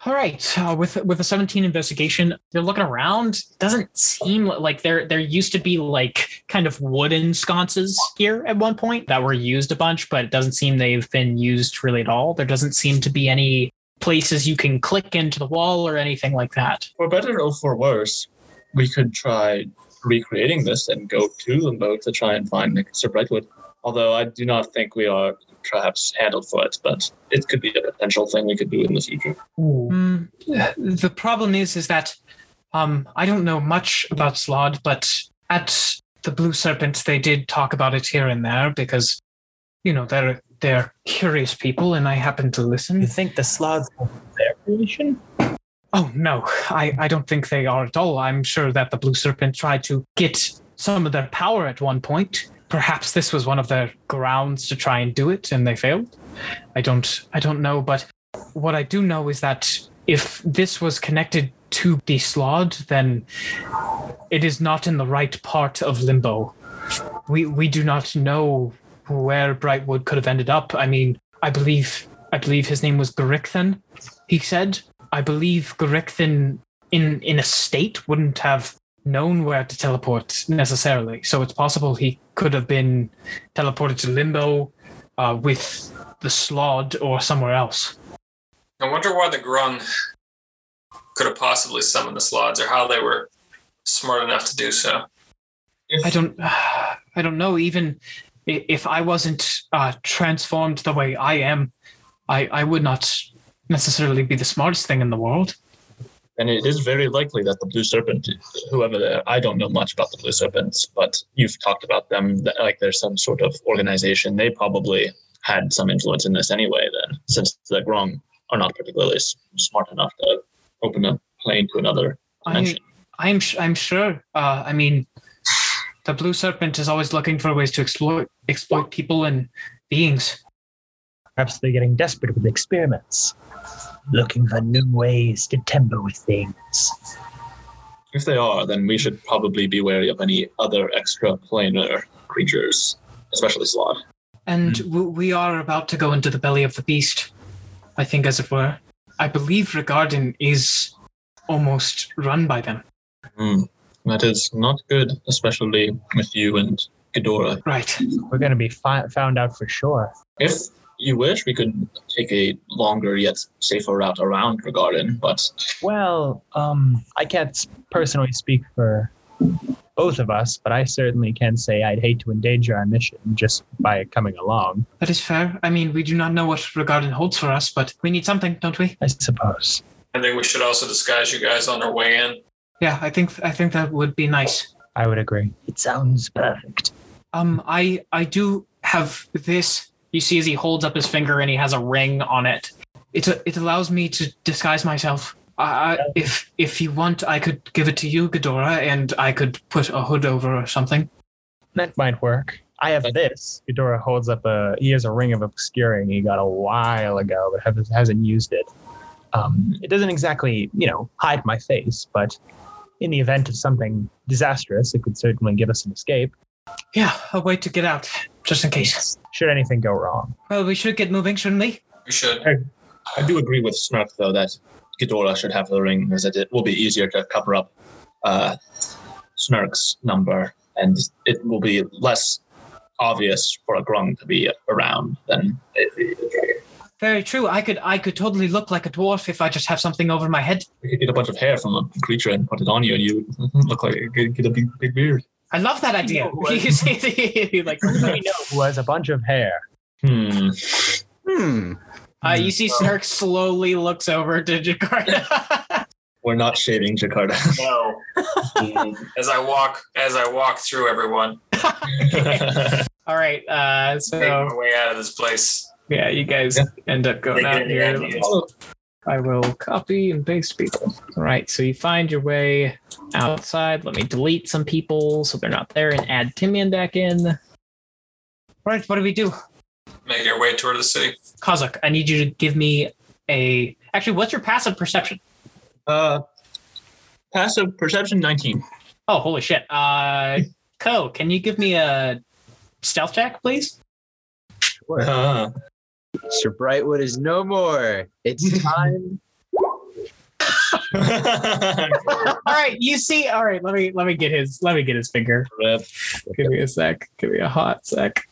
B: All right. Uh, with with a 17 investigation, they're looking around. Doesn't seem li- like there there used to be like kind of wooden sconces here at one point that were used a bunch, but it doesn't seem they've been used really at all. There doesn't seem to be any places you can click into the wall or anything like that.
H: For better or for worse, we could try recreating this and go to Limbo to try and find Sir Brightwood. Although I do not think we are perhaps handled for it, but it could be a potential thing we could do in the future.
B: Mm, the problem is, is that um, I don't know much about Slod, but at the Blue Serpent, they did talk about it here and there because, you know, they're they're curious people, and I happen to listen.
E: You think the sloths are their creation?
B: Oh no, I, I don't think they are at all. I'm sure that the Blue Serpent tried to get some of their power at one point. Perhaps this was one of their grounds to try and do it, and they failed. I don't I don't know, but what I do know is that if this was connected to the Slod, then it is not in the right part of Limbo. We we do not know where Brightwood could have ended up. I mean, I believe I believe his name was Gerichthan, he said. I believe Gerichthan in in a state wouldn't have known where to teleport necessarily. So it's possible he could have been teleported to Limbo uh, with the Slod or somewhere else.
D: I wonder why the Grung could have possibly summoned the Slods, or how they were smart enough to do so.
B: I don't I don't know even i- if I wasn't uh, transformed the way I am, I, I would not necessarily be the smartest thing in the world.
H: And it is very likely that the Blue Serpent, whoever they are, I don't know much about the Blue Serpents, but you've talked about them that, like there's some sort of organization. They probably had some influence in this anyway, then, since the Grong are not particularly s- smart enough to open a plane to another
B: I,
H: dimension.
B: I'm sh- I'm sure. Uh, I mean, the Blue Serpent is always looking for ways to exploit exploit people and beings.
E: Perhaps they're getting desperate with experiments, looking for new ways to temper with things.
H: If they are, then we should probably be wary of any other extra planar creatures, especially Slod.
B: And w- we are about to go into the belly of the beast, I think, as it were. I believe Regarden is almost run by them.
H: Hmm. That is not good, especially with you and Ghidorah.
B: Right.
F: We're going to be fi- found out for sure.
H: If you wish, we could take a longer yet safer route around
B: Mm-hmm.
H: Regarden, but
F: Well, um, I can't s- personally speak for both of us, but I certainly can say I'd hate to endanger our mission just by coming along.
B: That is fair. I mean, we do not know what Regarden holds for us, but we need something, don't we?
F: I suppose.
D: I think we should also disguise you guys on our way in.
B: Yeah, I think I think that would be nice.
F: I would agree.
E: It sounds perfect.
B: Um, I I do have this. You see, as he holds up his finger and he has a ring on it. It it allows me to disguise myself. I, I, if if you want, I could give it to you, Ghidorah, and I could put a hood over or something.
F: That might work. I have this. Ghidorah holds up a. He has a ring of obscuring he got a while ago, but have, hasn't used it. Um, it doesn't exactly, you know, hide my face, but in the event of something disastrous, it could certainly give us an escape
B: Yeah, a way to get out, just in case.
F: should anything go wrong.
B: Well, we should get moving, shouldn't we?
D: We should.
H: I do agree with Smurf, though, that Ghidorah should have the ring, as that it will be easier to cover up uh, Smirk's number, and it will be less obvious for a Grung to be around than if he-
B: Very true. I could I could totally look like a dwarf if I just have something over my head.
H: you could get a bunch of hair from a creature and put it on you, and you look like get, get a big, big beard.
B: I love that idea. You see, he, like
F: We know who has a bunch of hair.
H: Hmm.
K: Hmm.
B: uh, you see, Snark slowly looks over to Jakarta.
H: We're not shaving Jakarta.
D: No. as I walk, as I walk through everyone,
B: All right. Uh,
D: make my
B: so
D: way out of this place.
B: yeah, you guys end up going
D: Take
B: out
D: any
B: here. Oh,
D: ideas.
B: I will copy and paste people. All right. So you find your way outside. Let me delete some people so they're not there and add Timian back in. All right. What do we do,
D: Make your way toward the city.
B: Kazak? I need you to give me a. Actually, what's your passive perception?
H: Uh, Passive perception 19.
C: Oh, holy shit. Uh, Co, can you give me a stealth check, please?
H: Uh,
K: Mr. Uh-huh. Brightwood is no more. It's time.
C: all right, you see. All right, let me let me get his let me get his finger.
H: Rip.
C: Give me a sec. Give me a hot sec.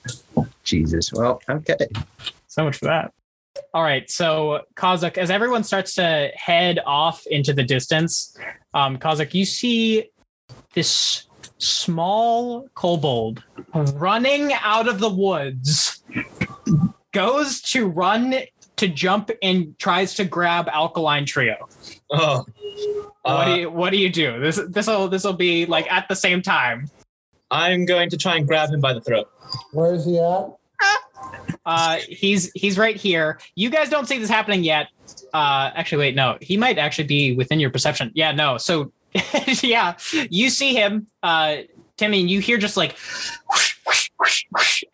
K: Jesus. Well, okay.
C: So much for that. All right, so Kazak, as everyone starts to head off into the distance, um, Kazak, you see this small kobold running out of the woods, goes to run to jump and tries to grab Alkaline Trio.
H: Oh.
C: what
H: Uh,
C: do you What do you do? This this'll this'll be like at the same time.
H: I'm going to try and grab him by the throat.
I: Where is he at?
C: Uh, he's he's right here. You guys don't see this happening yet. Uh, actually, wait, no, he might actually be within your perception. Yeah, no. So, yeah, you see him, uh, Timmy, and you hear just like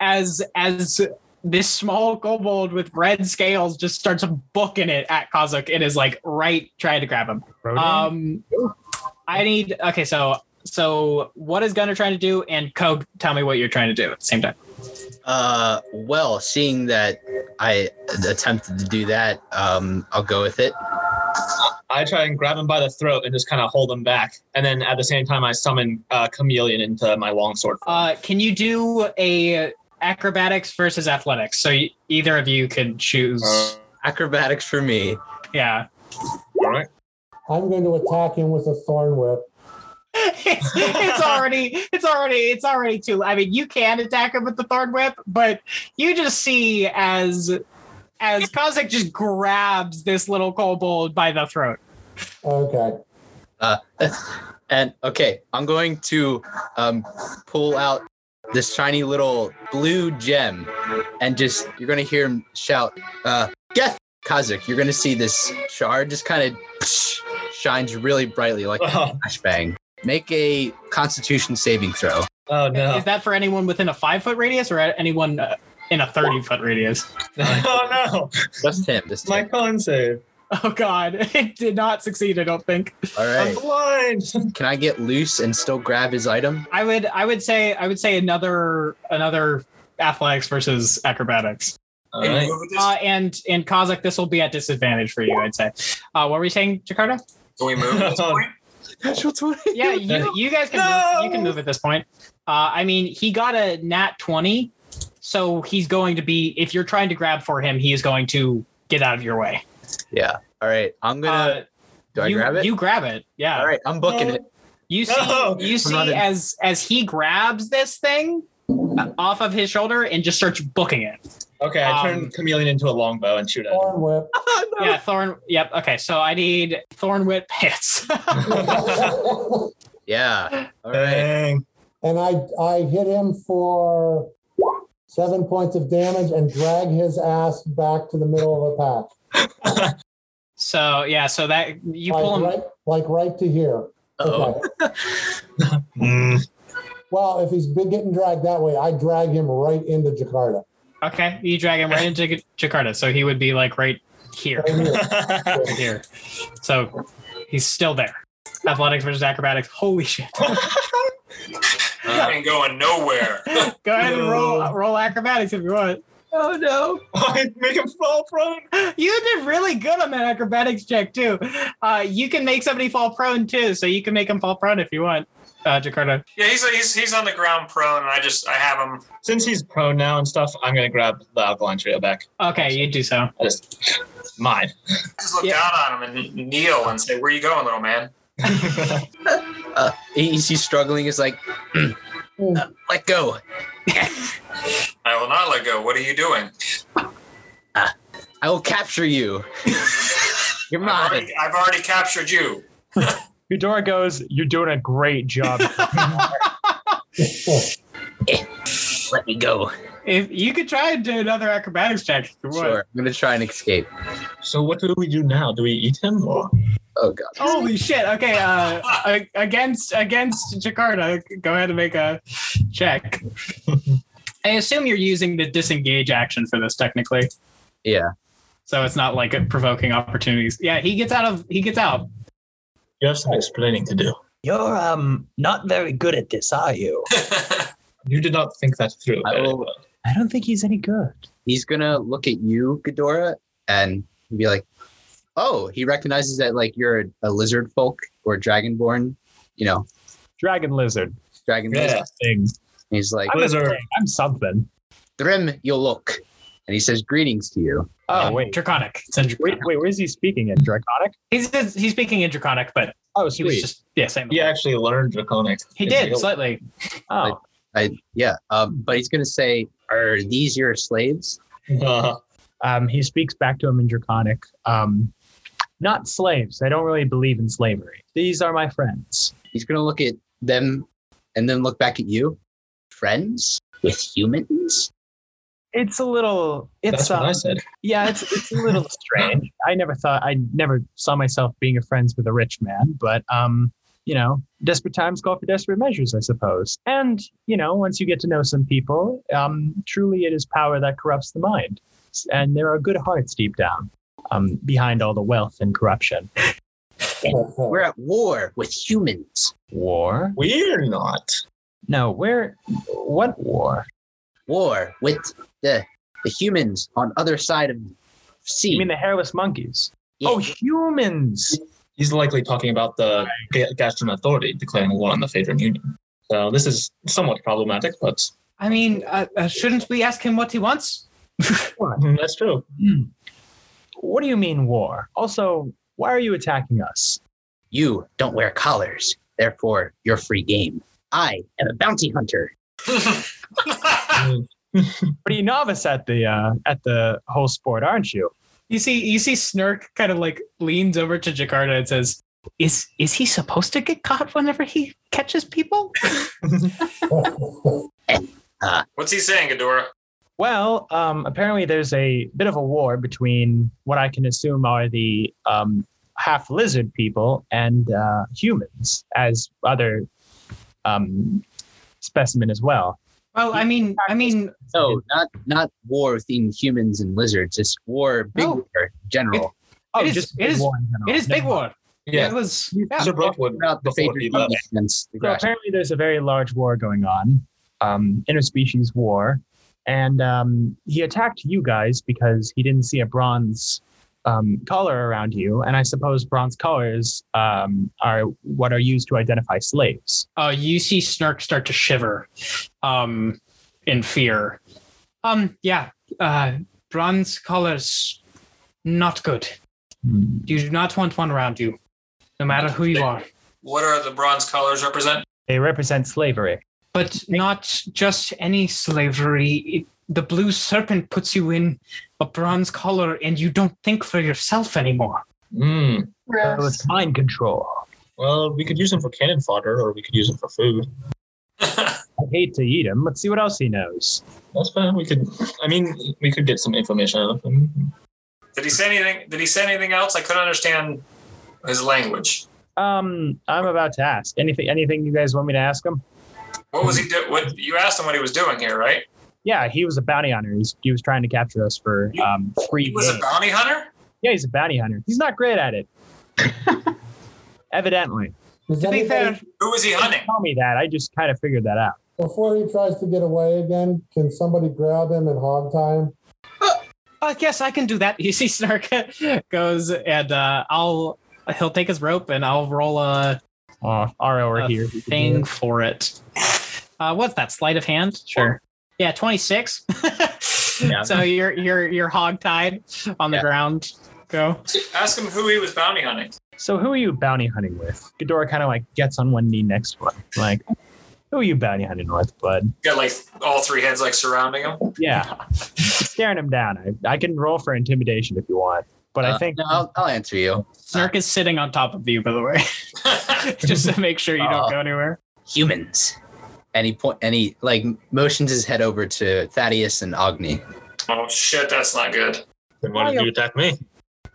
C: as as this small kobold with red scales just starts booking it at Kazuk and is like right trying to grab him. Um, I need okay. So so what is Gunner trying to do? And Kobe, tell me what you're trying to do at the same time.
K: Uh, well, seeing that I attempted to do that, um, I'll go with it.
H: I try and grab him by the throat and just kind of hold him back. And then at the same time, I summon uh, Chameleon into my longsword. form.
C: Uh, can you do a acrobatics versus athletics? So y- either of you could choose.
K: Uh, Acrobatics for me.
C: yeah.
H: All right.
I: I'm going to attack him with a thorn whip.
C: It's, it's already it's already it's already too I mean you can attack him with the thorn whip, but you just see as as Kozak just grabs this little kobold by the throat.
I: Okay.
K: Uh, And okay, I'm going to um, pull out this shiny little blue gem, and just you're gonna hear him shout, uh, "Get Kazakh!" You're gonna see this shard just kind of shines really brightly like a
H: Oh,
K: flashbang. Make a Constitution saving throw.
H: oh no.
C: Is that for anyone within a five foot radius or anyone uh, in a thirty foot radius?
H: oh no.
K: Just him. Just
H: My
K: him.
H: con save.
C: Oh god, it did not succeed. I don't think.
K: All
H: I'm
K: right.
H: blind.
K: Can I get loose and still grab his item?
C: Um, I would I would say I would say another another athletics versus acrobatics.
H: All
D: Can you
H: right.
D: move with this?
C: Uh, and and Kazakh, this will be at disadvantage for you, I'd say. Uh, what were you saying, Jakarta?
D: Can we move at this
H: Oh,
D: point?
K: Natural twenty.
C: Yeah, you Uh, you guys can move, you can move at this point. Uh, I mean, he got a nat twenty, so he's going to be if you're trying to grab for him, he is going to get out of your way.
K: Yeah. All right. I'm gonna.
C: Uh,
K: do I
C: you,
K: grab it?
C: You grab it. Yeah.
K: All right. I'm booking it.
C: You see,
H: No.
C: you see,
K: not in-
C: as as he grabs this thing uh, off of his shoulder and just starts booking it.
H: Okay, I turn
C: Um,
H: Chameleon into a longbow and shoot at
I: Thorn whip.
K: Oh,
C: Yeah, Thorn. Yep. Okay, so I need Thorn Whip hits.
H: him.
K: Yeah. All right.
H: Dang.
I: and I I hit him for seven points of damage and drag his ass back to the middle of a pack.
C: so yeah, so that you
I: like,
C: pull him.
I: right, like right to here.
K: Uh-oh.
I: Okay.
H: Mm.
I: Well, if he's been getting dragged that way, I drag him right into Jakarta.
C: Okay, you drag him right into Jakarta, so he would be like right here,
I: Right here.
C: right here. So he's still there. Athletics versus acrobatics. Holy shit!
D: I ain't going nowhere.
C: Go ahead and roll roll acrobatics if you want. Oh no!
H: I make him fall prone.
C: You did really good on that acrobatics check too. Uh, you can make somebody fall prone too, so you can make them fall prone if you want, uh, Jakarta.
D: yeah, he's, he's he's on the ground prone, and I just I have him.
H: Since he's prone now and stuff, I'm gonna grab the alkaline trio back.
C: Okay, you do so.
H: I just mine.
D: Just look
C: Yeah.
D: down on him and kneel and say, "Where you going, little man?"
K: Uh, he's, he's struggling. Is like, uh, let go.
D: I will not let go. What are you doing?
K: I will capture you. You're
D: I've
K: mine.
D: already, I've already captured you.
F: Eudora goes, You're doing a great job.
K: Let me go.
C: If you could try and do another acrobatics check, if you want.
K: Sure. I'm gonna try and escape.
H: So what do we do now? Do we eat him or
K: Oh god.
C: Holy shit! Okay, uh, a- against against Jakarta, go ahead and make a check. I assume you're using the disengage action for this technically,
K: Yeah.
C: so it's not like a provoking opportunities. Yeah, he gets out of he gets out.
H: You have some explaining to do.
E: You're um not very good at this, are you?
H: You did not think that through.
K: I
H: very
K: will-
H: well.
E: I don't think he's any good.
K: He's gonna look at you, Ghidorah, and be like, "Oh, he recognizes that like you're a, a lizard folk or dragonborn, you know,
F: Dragon lizard
K: dragon."
H: Yeah.
K: lizard."
F: thing.
K: And he's like,
F: I'm, a
H: Lizard.
F: thing. I'm something.
K: "Thrim, you'll look," and he says, "Greetings to you."
F: Oh wait,
B: Draconic. It's in
F: wait,
B: Draconic.
F: wait. Where's he speaking in Draconic?
B: He's he's speaking in Draconic, but
F: Oh
B: he was
F: sweet.
B: just yeah, same.
H: He actually learned Draconic.
B: he
H: in
B: did
H: real-
B: slightly.
F: Oh,
K: I yeah, um, but he's gonna say, "Are these your slaves?"
H: Uh,
F: um, he speaks back to him in Draconic. Um, not slaves. I don't really believe in slavery. These are my friends.
K: He's gonna look at them and then look back at you. Friends with humans?
F: It's a little. It's
H: that's what
F: um,
H: I said.
F: yeah. It's it's a little strange. I never thought. I never saw myself being a friends with a rich man. But um, you know, desperate times call for desperate measures, I suppose. And you know, once you get to know some people, um, truly it is power that corrupts the mind. And there are good hearts deep down, um, behind all the wealth and corruption.
K: We're at war with humans.
F: War?
H: We're not.
F: No, where? What war?
K: War with the the humans on other side of sea.
F: You mean the hairless monkeys?
K: Yeah.
F: Oh, humans!
H: He's likely talking about the Ga- Gastron Authority declaring war on the Phaedron Union. So this is somewhat problematic, but
B: I mean, uh, uh, shouldn't we ask him what he wants?
H: Mm, that's true.
F: Hmm. What do you mean war? Also, why are you attacking us?
K: You don't wear collars, therefore you're free game. I am a bounty hunter.
F: Pretty novice at the uh, at the whole sport, aren't you?
B: You see, you see, Snark kind of like leans over to Jakarta and says, "Is is he supposed to get caught whenever he catches people?"
K: Ah.
D: What's he saying, Ghidorah?
F: Well, um, apparently there's a bit of a war between what I can assume are the um, half lizard people and uh, humans, as other um, specimen as well.
B: Well, I mean, I mean,
K: No, Oh, not not war within humans and lizards. It's war, big
B: No.
K: war, in general.
F: Oh,
B: It is-
F: just
B: it is-
F: war in general.
B: it is big
F: Never mind.
B: war.
H: Yeah.
B: it was.
H: yeah.
B: Yeah.
H: Sir Brockwood
K: About the
H: before he
K: favorite
H: left.
K: against the
F: So
K: grass.
F: apparently, there's a very large war going on, um, interspecies war, and um, he attacked you guys because he didn't see a bronze um, collar around you, and I suppose bronze collars um, are what are used to identify slaves.
B: Uh, you see Snark start to shiver, um, in fear. Um, yeah. Uh, bronze collars, not good.
H: Hmm.
B: You do not want one around you, no matter who you are.
D: What are the bronze colors represent?
F: They represent slavery.
B: But not just any slavery. It, the blue serpent puts you in a bronze collar, and you don't think for yourself anymore.
H: Mm.
F: So it's mind control.
H: Well, we could use him for cannon fodder, or we could use him for food.
F: I hate to eat him. Let's see what else he knows.
H: That's fine. We could. I mean, we could get some information out of him.
D: Did he say anything? Did he say anything else? I couldn't understand his language.
F: Um, I'm about to ask anything. Anything you guys want me to ask him?
D: What was he do? What you asked him what he was doing here, right?
F: Yeah, he was a bounty hunter. He's, he was trying to capture us for um, free.
D: He was
F: game.
D: a bounty hunter.
F: Yeah, he's a bounty hunter. He's not great at it. Evidently.
I: Does
B: To be
I: anybody-
B: fair,
D: Who was he hunting?
F: Tell me that. I just kind of figured that out.
I: Before he tries to get away again, can somebody grab him and hog tie him?
B: Uh, yes, I can do that. You see, Snark goes and uh, I'll he'll take his rope and I'll roll a
F: Oh, RO are
B: Uh,
F: here.
B: thing for it. Uh, what's that? Sleight of hand? Sure. Yeah, twenty six.
H: Yeah.
B: So you're you're you're hog tied on the
K: Yeah.
B: ground. Go.
D: Ask him who he was bounty hunting.
F: So who are you bounty hunting with? Ghidorah kind of like gets on one knee next to him. Like, who are you bounty hunting with, bud?
D: Got like all three heads like surrounding him. Oh,
F: Yeah. Staring him down. I, I can roll for intimidation if you want. But I
K: Uh,
F: think
K: no, I'll, I'll answer you.
B: Snark is sitting on top of you, by the way, just to make sure you don't go anywhere.
K: Humans. And he point and he like motions his head over to Thaddeus and Agni.
D: oh shit, that's not good.
H: Then
B: Oh,
H: why did you attack me?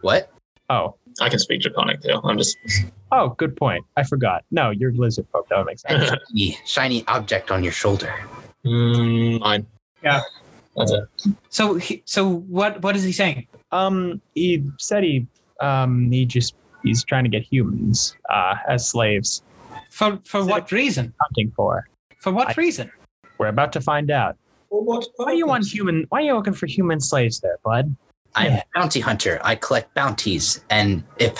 K: What?
F: oh.
H: I can speak Draconic too. I'm just.
F: Oh, good point. I forgot. No, you're lizard folk. That would make sense.
K: Shiny, shiny object on your shoulder.
H: Mm, mine.
B: Yeah.
H: That's it.
B: So he, so what what is he saying?
F: Um, he said he um he just He's trying to get humans uh, as slaves,
B: For for what reason?
F: hunting for.
B: For what reason?
F: We're about to find out. Why do you want human? Why are you looking for human slaves there, bud?
K: I'm a bounty hunter. I collect bounties, and if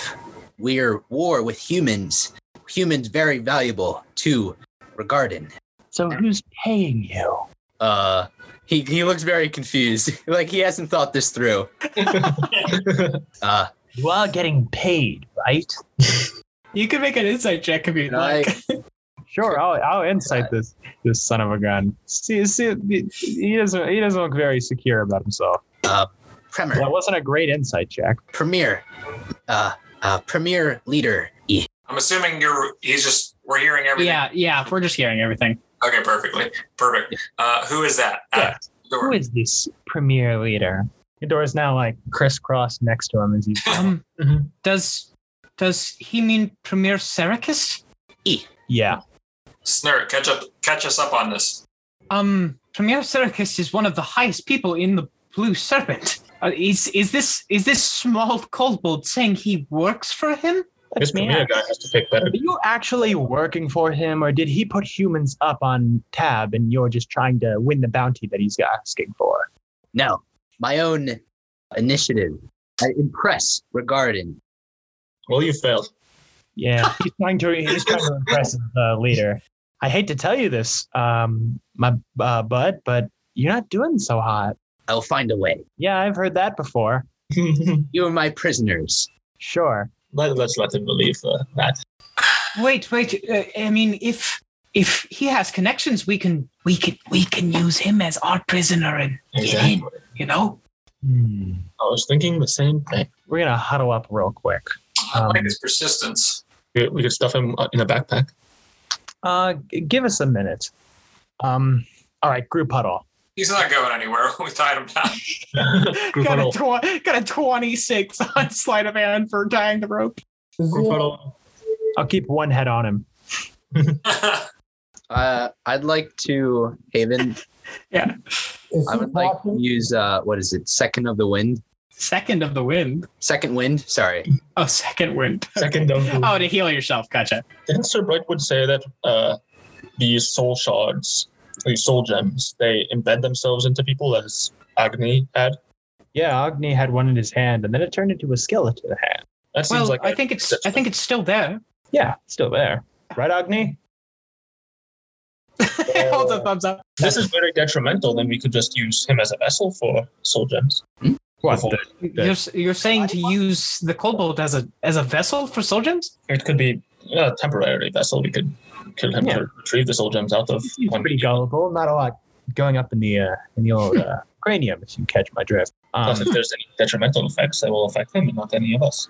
K: we're war with humans, humans very valuable to Regarden.
F: So who's paying you?
K: Uh, he he looks very confused, like he hasn't thought this through. uh,
F: You are getting paid, right?
B: You can make an insight check if you
K: and I,
B: like.
F: Sure, I'll, I'll incite this this son of a gun. See, see, he doesn't he doesn't look very secure about himself.
K: Uh, Premier,
F: That wasn't a great insight check.
K: premier, uh, uh, premier leader. E.
D: I'm assuming you're. He's just. We're hearing everything.
B: Yeah, yeah. We're just hearing everything.
D: Okay. Perfectly. Perfect. Uh, who is that? Uh, Ghidorah.
F: Who is this premier leader? Ghidorah's now like crisscrossed next to him as he's.
B: Um, does does he mean Premier Seracus?
F: yeah,
D: Snurt, catch up. Catch us up on this.
B: Um, Premier Seracus is one of the highest people in the Blue Serpent. Uh, is is this is this small Coldbold saying he works for him?
H: This
F: me
H: Premier
F: ask.
H: guy has to pick better.
F: Are you actually working for him, or did he put humans up on tab and you're just trying to win the bounty that he's asking for?
K: No, my own initiative. I impress Regarden.
H: Well, you failed.
F: Yeah, he's trying to he's trying to impress the leader. I hate to tell you this, um, my uh, bud, but you're not doing so hot.
K: I'll find a way.
F: Yeah, I've heard that before.
K: You are my prisoners.
F: Sure.
H: Let, let's let him believe uh, that.
B: Wait, wait. Uh, I mean, if if he has connections, we can we can we can use him as our prisoner and get in. You know.
F: Hmm.
H: I was thinking the same thing.
F: We're gonna huddle up real quick.
D: I
F: Um,
D: like his persistence.
H: We, we could stuff him uh, in a backpack.
F: uh, g- give us a minute. Um, all right, group huddle.
D: He's not going anywhere. We tied him down.
H: Group
B: got, a
H: huddle.
B: tw- got a 26 on sleight of hand for tying the rope.
I: Is
H: Group
I: he-
H: huddle.
F: I'll keep one head on him.
K: Uh, I'd like to Haven.
I: is
K: I
I: he
K: would like to
I: talking?
K: use uh, what is it? Second of the wind.
B: Second of the wind.
K: Second wind. Sorry.
B: Oh, second wind.
H: Second down.
B: Oh, to heal yourself. Gotcha.
H: Didn't Sir Brightwood say that uh, these soul shards, these soul gems, they embed themselves into people as Agni had?
F: Yeah, Agni had one in his hand, and then it turned into a skeleton hand.
H: That seems
B: Well,
H: like
B: I
H: a-
B: think it's I think it's still there.
F: Yeah, it's still there. Right, Agni?
B: Hold the thumbs up.
H: this is very detrimental. Then we could just use him as a vessel for soul gems.
F: What?
H: Before-
F: the-
B: You're s- you're saying to use Hmm? the cobalt as a as a vessel for soul gems?
H: It could be a temporary vessel. We could kill him
F: Yeah.
H: to retrieve the soul gems out of
F: he's
H: one.
F: pretty gullible. Not a lot going up in the uh, in the old uh, cranium, if you catch my drift. Um,
H: Plus, if there's any detrimental effects, that will affect him and not any of us.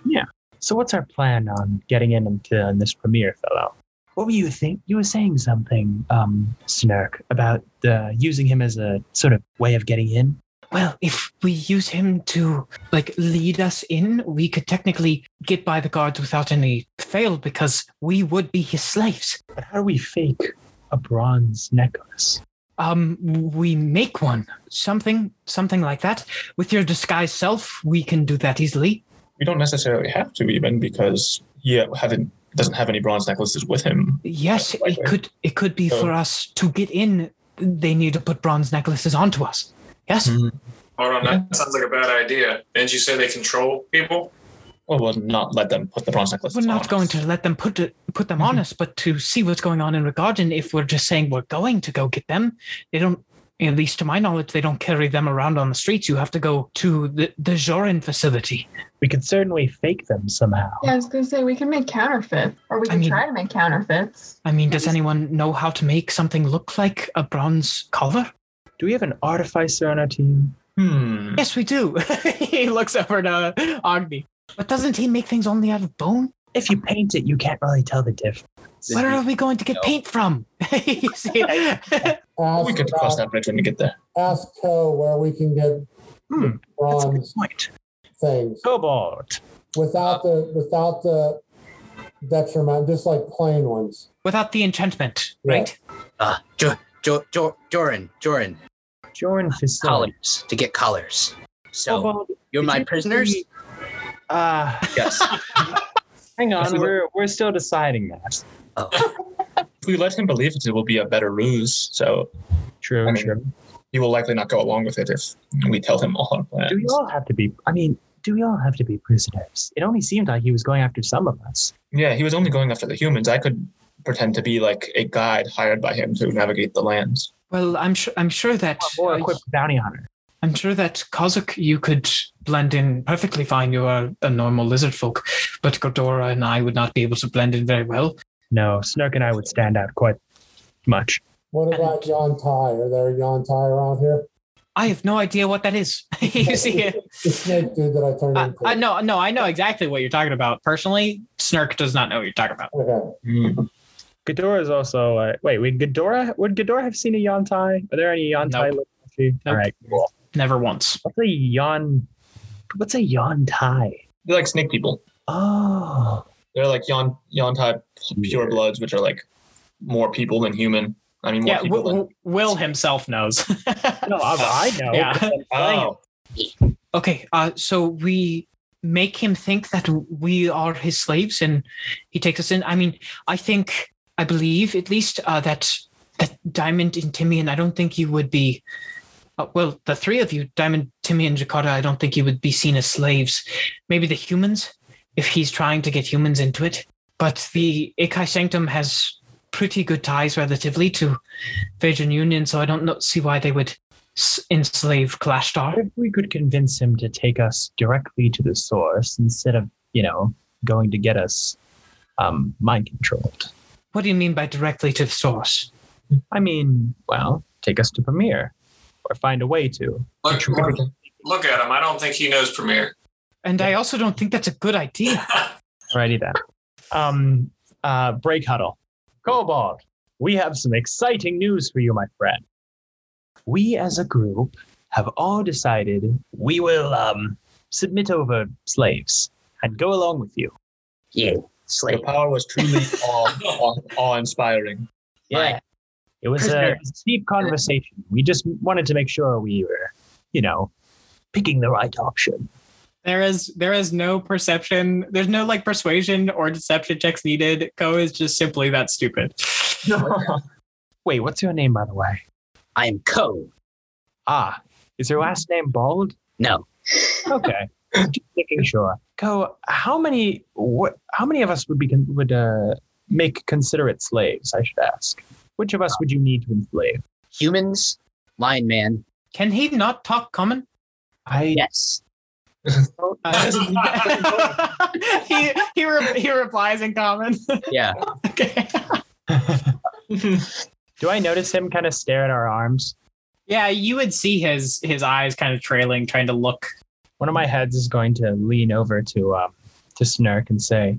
F: so, what's our plan on getting in into on this premiere, fellow? What were you think? You were saying something, um, Snark, about uh, using him as a sort of way of getting in.
B: Well, if we use him to like lead us in, we could technically get by the guards without any fail because we would be his slaves.
F: But how do we fake a bronze necklace?
B: Um, we make one, something, something like that. With your disguised self, we can do that easily.
H: We don't necessarily have to even because he uh, haven't doesn't have any bronze necklaces with him.
B: Yes,
H: Right,
B: it
H: right.
B: could, it could be
H: So-
B: for us to get in. They need to put bronze necklaces onto us. Yes.
H: Mm-hmm.
D: Hold on. Oh, That sounds like a bad idea. Didn't you say they control people?
H: Or we'll not let them put the bronze necklaces.
B: We're not
H: on
B: going
H: us.
B: to let them put it, put them
F: Mm-hmm.
B: on us, but to see what's going on in Regarden, if we're just saying we're going to go get them, they don't. At least to my knowledge, they don't carry them around on the streets. You have to go to the the Jorin facility.
F: We could certainly fake them somehow.
G: Yeah, I was gonna say we can make counterfeit, or we
B: I
G: can
B: mean-
G: try to make counterfeits.
B: I mean, does anyone know how to make something look like a bronze collar?
F: Do we have an artificer on our team?
H: Hmm.
B: Yes, we do. he looks over to Agni. But doesn't he make things only out of bone?
F: If you paint it, you can't really tell the difference.
B: Where are we going to get
K: No.
B: paint from? You see?
I: Ask,
H: We could
I: uh,
H: cross that bridge when we get there.
I: ask Co where we can get
F: Hmm, that's a good
I: bronze
F: point.
I: things
F: Cobalt.
I: without the without the detriment, just like plain ones.
B: Without the enchantment,
I: Yeah.
B: right?
K: Uh, jo- jo- jo- Joran, Joran,
F: Jorn facility.
K: collars to get collars. So
F: Cobalt.
K: you're
F: did
K: my
F: you-
K: prisoners.
F: Uh,
H: Yes.
F: Hang on, we're we're still deciding that.
H: If we let him believe it, it will be a better ruse. So
F: True,
H: I mean,
F: true.
H: he will likely not go along with it if we tell him all our plans.
F: Do we all have to be? I mean, do we all have to be prisoners? It only seemed like he was going after some of us.
H: Yeah, he was only going after the humans. I could pretend to be like a guide hired by him to navigate the lands.
B: Well, I'm sure. I'm sure that.
F: Or
B: uh,
F: equipped bounty hunter.
B: I'm sure that Kozak, you could blend in perfectly fine. You are a normal lizard folk, but Godora and I would not be able to blend in very well.
F: No, Snark Oh, and I would stand out quite much.
I: What about Yontai? Are there Yontai around here?
B: I have no idea what that is. you see, it? Uh,
I: The snake dude that I turned
B: I,
I: into.
B: I, no, no, I know exactly what you're talking about. Personally, Snark does not know what you're talking about.
I: Okay.
B: Mm-hmm.
F: Ghidorah is also uh, wait. Would Ghidorah would Ghidorah have seen a Yantai? Are there any Yantai?
B: Nope.
F: Nope. All
B: Nope.
F: right, cool.
B: Never once.
F: What's a Yon? What's a Yantai?
H: They're like snake people.
F: Oh,
H: They're like yon yontai pure bloods, which are like more people than human. I mean, more
B: Yeah,
H: people
B: Will,
H: than.
B: Will- Will himself knows.
F: no, I, I know.
B: Yeah.
H: Oh,
B: okay, uh, so we make him think that we are his slaves, and he takes us in. I mean, I think, I believe, at least uh, that that Diamond and Timmy, and I don't think you would be. Uh, well, the three of you, Diamond, Timmy, and Jakarta, I don't think you would be seen as slaves. Maybe the humans, if he's trying to get humans into it. But the Ikai Sanctum has pretty good ties relatively to Virgin Union, so I don't know, see why they would s- enslave Clashtar.
F: If we could convince him to take us directly to the source instead of you know going to get us um, mind controlled.
B: What do you mean by directly to the source?
F: I mean, well, take us to Premiere, or find a way to.
D: Look, look, look at him. I don't think he knows Premier.
B: And I also don't think that's a good idea.
F: Alrighty then. Um, uh, break huddle. Cobalt, we have some exciting news for you, my friend. We as a group have all decided we will um, submit over slaves and go along with you.
E: Yeah,
H: your
E: slave.
H: power was truly awe, awe, awe-inspiring.
F: Yeah. It was a, it was a deep conversation. We just wanted to make sure we were, you know, picking the right option.
B: There is there is no perception. There's no like persuasion or deception checks needed. Ko is just simply that stupid.
F: Wait, what's your name, by the way?
E: I am Co.
F: Ah, is your last name Bald?
E: No,
F: okay. Just making sure. Co, how many what? How many of us would be con- would uh, make considerate slaves? I should ask. Which of us would you need to enslave?
E: humans, lion man.
B: Can he not talk common?
F: I
E: Yes.
B: Uh, he he re- he replies in common.
E: Yeah.
B: okay.
F: do. I notice him kind of stare at our arms.
B: Yeah, you would see his his eyes kind of trailing, trying to look.
F: One of my heads is going to lean over to um, to Snark and say,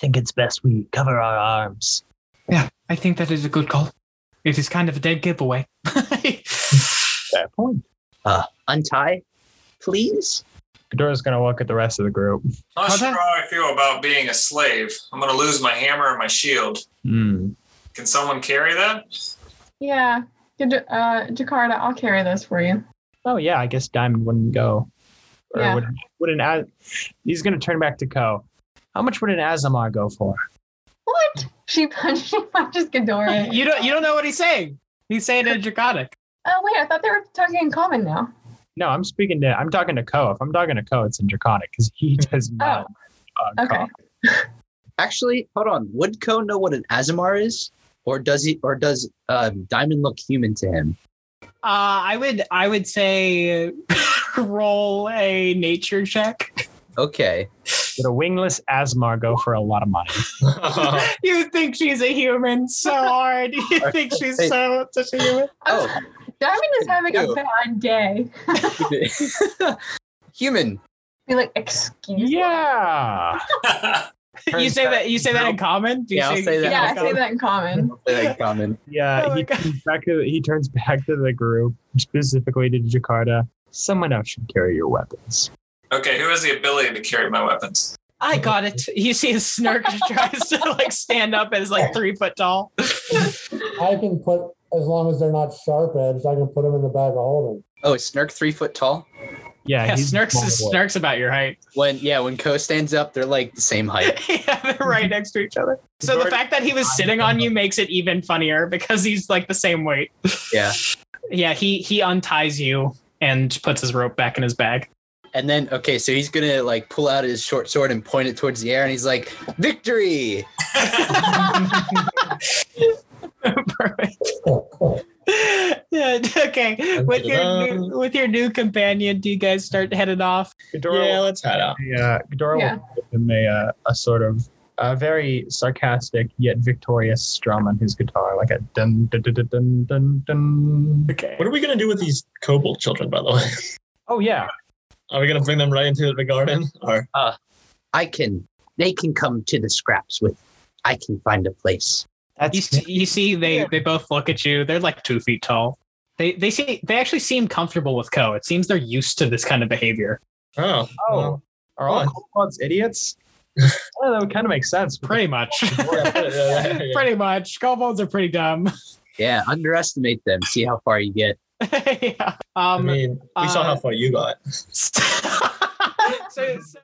F: "Think it's best we cover our arms."
B: I think that is a good call. It is kind of a dead giveaway.
F: Fair point.
E: Uh, Untie, please.
F: Ghidorah's going to look at the rest of the group.
D: Not
B: How's
D: sure
B: that?
D: how I feel about being a slave. I'm going to lose my hammer and my shield. Can someone carry that?
G: Yeah. Good, uh, Jakarta, I'll carry this for you.
F: Oh yeah, I guess Diamond wouldn't go. Or
G: Yeah.
F: would would an Az- he's gonna turn back to Co. How much would an Azamar go for?
G: What? She punches, she punches Ghidorah.
B: Uh, you don't you don't know what he's saying. He's saying it in Draconic.
G: Oh, wait, I thought they were talking in common now.
F: No, I'm speaking to I'm talking to Co. If I'm talking to Co, it's in Draconic because he
B: Oh.
F: does not. uh,
G: okay.
F: cough.
K: Actually, hold on. Would Co know what an Azamar is, or does he, or does um, Diamond look human to him?
B: Uh, I would I would say roll a nature check.
K: Okay.
F: Would a wingless Azmar go for a lot of money?
B: you think she's a human so hard. You think she's so such a human.
K: Oh,
G: Diamond is having a
K: Ew.
G: bad day.
K: human.
G: Be like, excuse
F: yeah.
B: You
F: Turns
B: say
F: back
B: that you say that in common? Do you
K: Yeah, I'll say
G: me.
K: that.
G: Yeah, I
K: Yeah.
G: say that in common.
K: Very common.
F: Yeah,
B: Oh my
F: he
B: God.
F: turns back to he turns back to the group specifically to Jakarta. Someone else should carry your weapons.
D: Okay, who has the ability to carry my weapons?
B: I got it. You see his snark tries to like stand up and is like three foot tall.
I: I can put, as long as they're not sharp edged, I can put them in the bag of holding.
K: Oh, is Snark three foot tall?
F: Yeah,
B: Yeah,
F: he's
B: Snurks is
F: vulnerable.
B: Snurks about your height.
K: When yeah, when Ko stands up, they're like the same height.
B: yeah, they're right next to each other. So the fact that he was sitting on you makes it even funnier because he's like the same weight.
K: Yeah.
B: Yeah, he he unties you and puts his rope back in his bag.
K: And then okay, so he's gonna like pull out his short sword and point it towards the air, and he's like, "Victory!"
B: yeah, okay. With your new, with your new companion, do you guys start headed off?
F: Ghidorah
H: yeah, let's head out.
F: a, uh, Ghidorah
G: Yeah.
F: will give him a, uh, a sort of a very sarcastic yet victorious strum on his guitar, like a dun dun dun dun dun dun. dun.
B: Okay.
H: What are we gonna do with these kobold children, by the way?
F: Oh yeah,
H: Are we gonna bring them right into the garden? Or
B: Uh,
K: I can. They can come to the scraps with. I can find a place.
F: that's
B: You see, you see they they both look at you. They're like two feet tall. They they see they actually seem comfortable with Ko. It seems they're used to this kind of behavior.
H: oh,
F: oh. Are all
H: Fun.
F: Coldplot's idiots? oh, that would kind of make sense. but-
B: Pretty much.
H: yeah, yeah.
B: Pretty much. Kobolds are pretty dumb.
K: Yeah, underestimate them. See how far you get.
B: yeah.
H: I
B: Um
H: mean, we saw
B: uh,
H: how far you got.
B: so, so-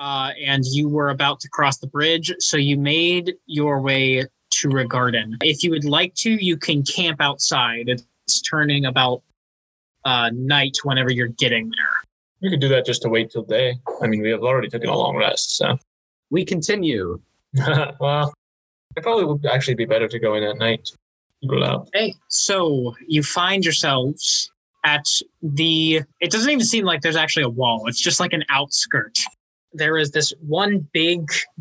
C: uh, and you were about to cross the bridge, so you made your way to Regarden. If you would like to, you can camp outside. It's turning about uh, night whenever you're getting there.
H: We could do that just to wait till day. I mean, we have already taken a long rest, so.
K: We continue.
H: well, it probably would actually be better to go in at night. Go out.
C: Okay, so you find yourselves at the. It doesn't even seem like there's actually a wall. It's just like an outskirt. There is this one big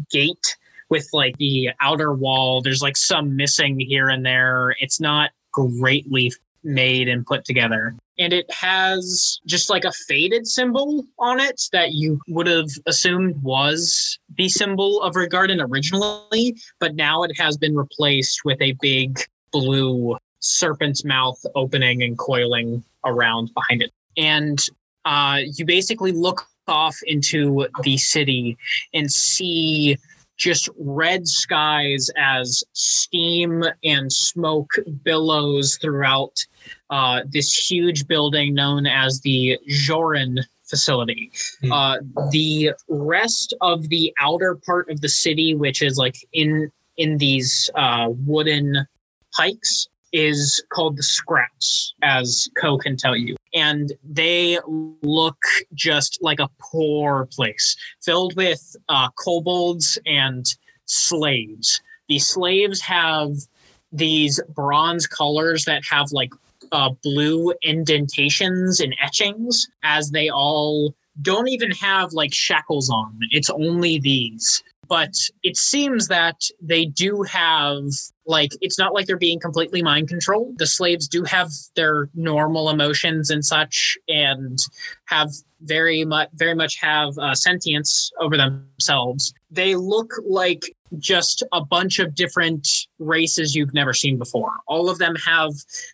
C: gate with like the outer wall. There's like some missing here and there. It's not greatly made and put together. And it has just like a faded symbol on it that you would have assumed was the symbol of Regarden originally, but now it has been replaced with a big blue serpent's mouth opening and coiling around behind it. And uh, you basically look off into the city and see just red skies as steam and smoke billows throughout uh, this huge building known as the Joran facility.
H: Hmm.
C: Uh, the rest of the outer part of the city, which is like in in these uh, wooden pikes is called the scraps as co can tell you and they look just like a poor place filled with uh, kobolds and slaves the slaves have these bronze colors that have like uh, blue indentations and etchings as they all don't even have like shackles on it's only these but it seems that they do have like it's not like they're being completely mind controlled the slaves do have their normal emotions and such and have very much very much have uh, sentience over themselves they look like just a bunch of different races you've never seen before all of them have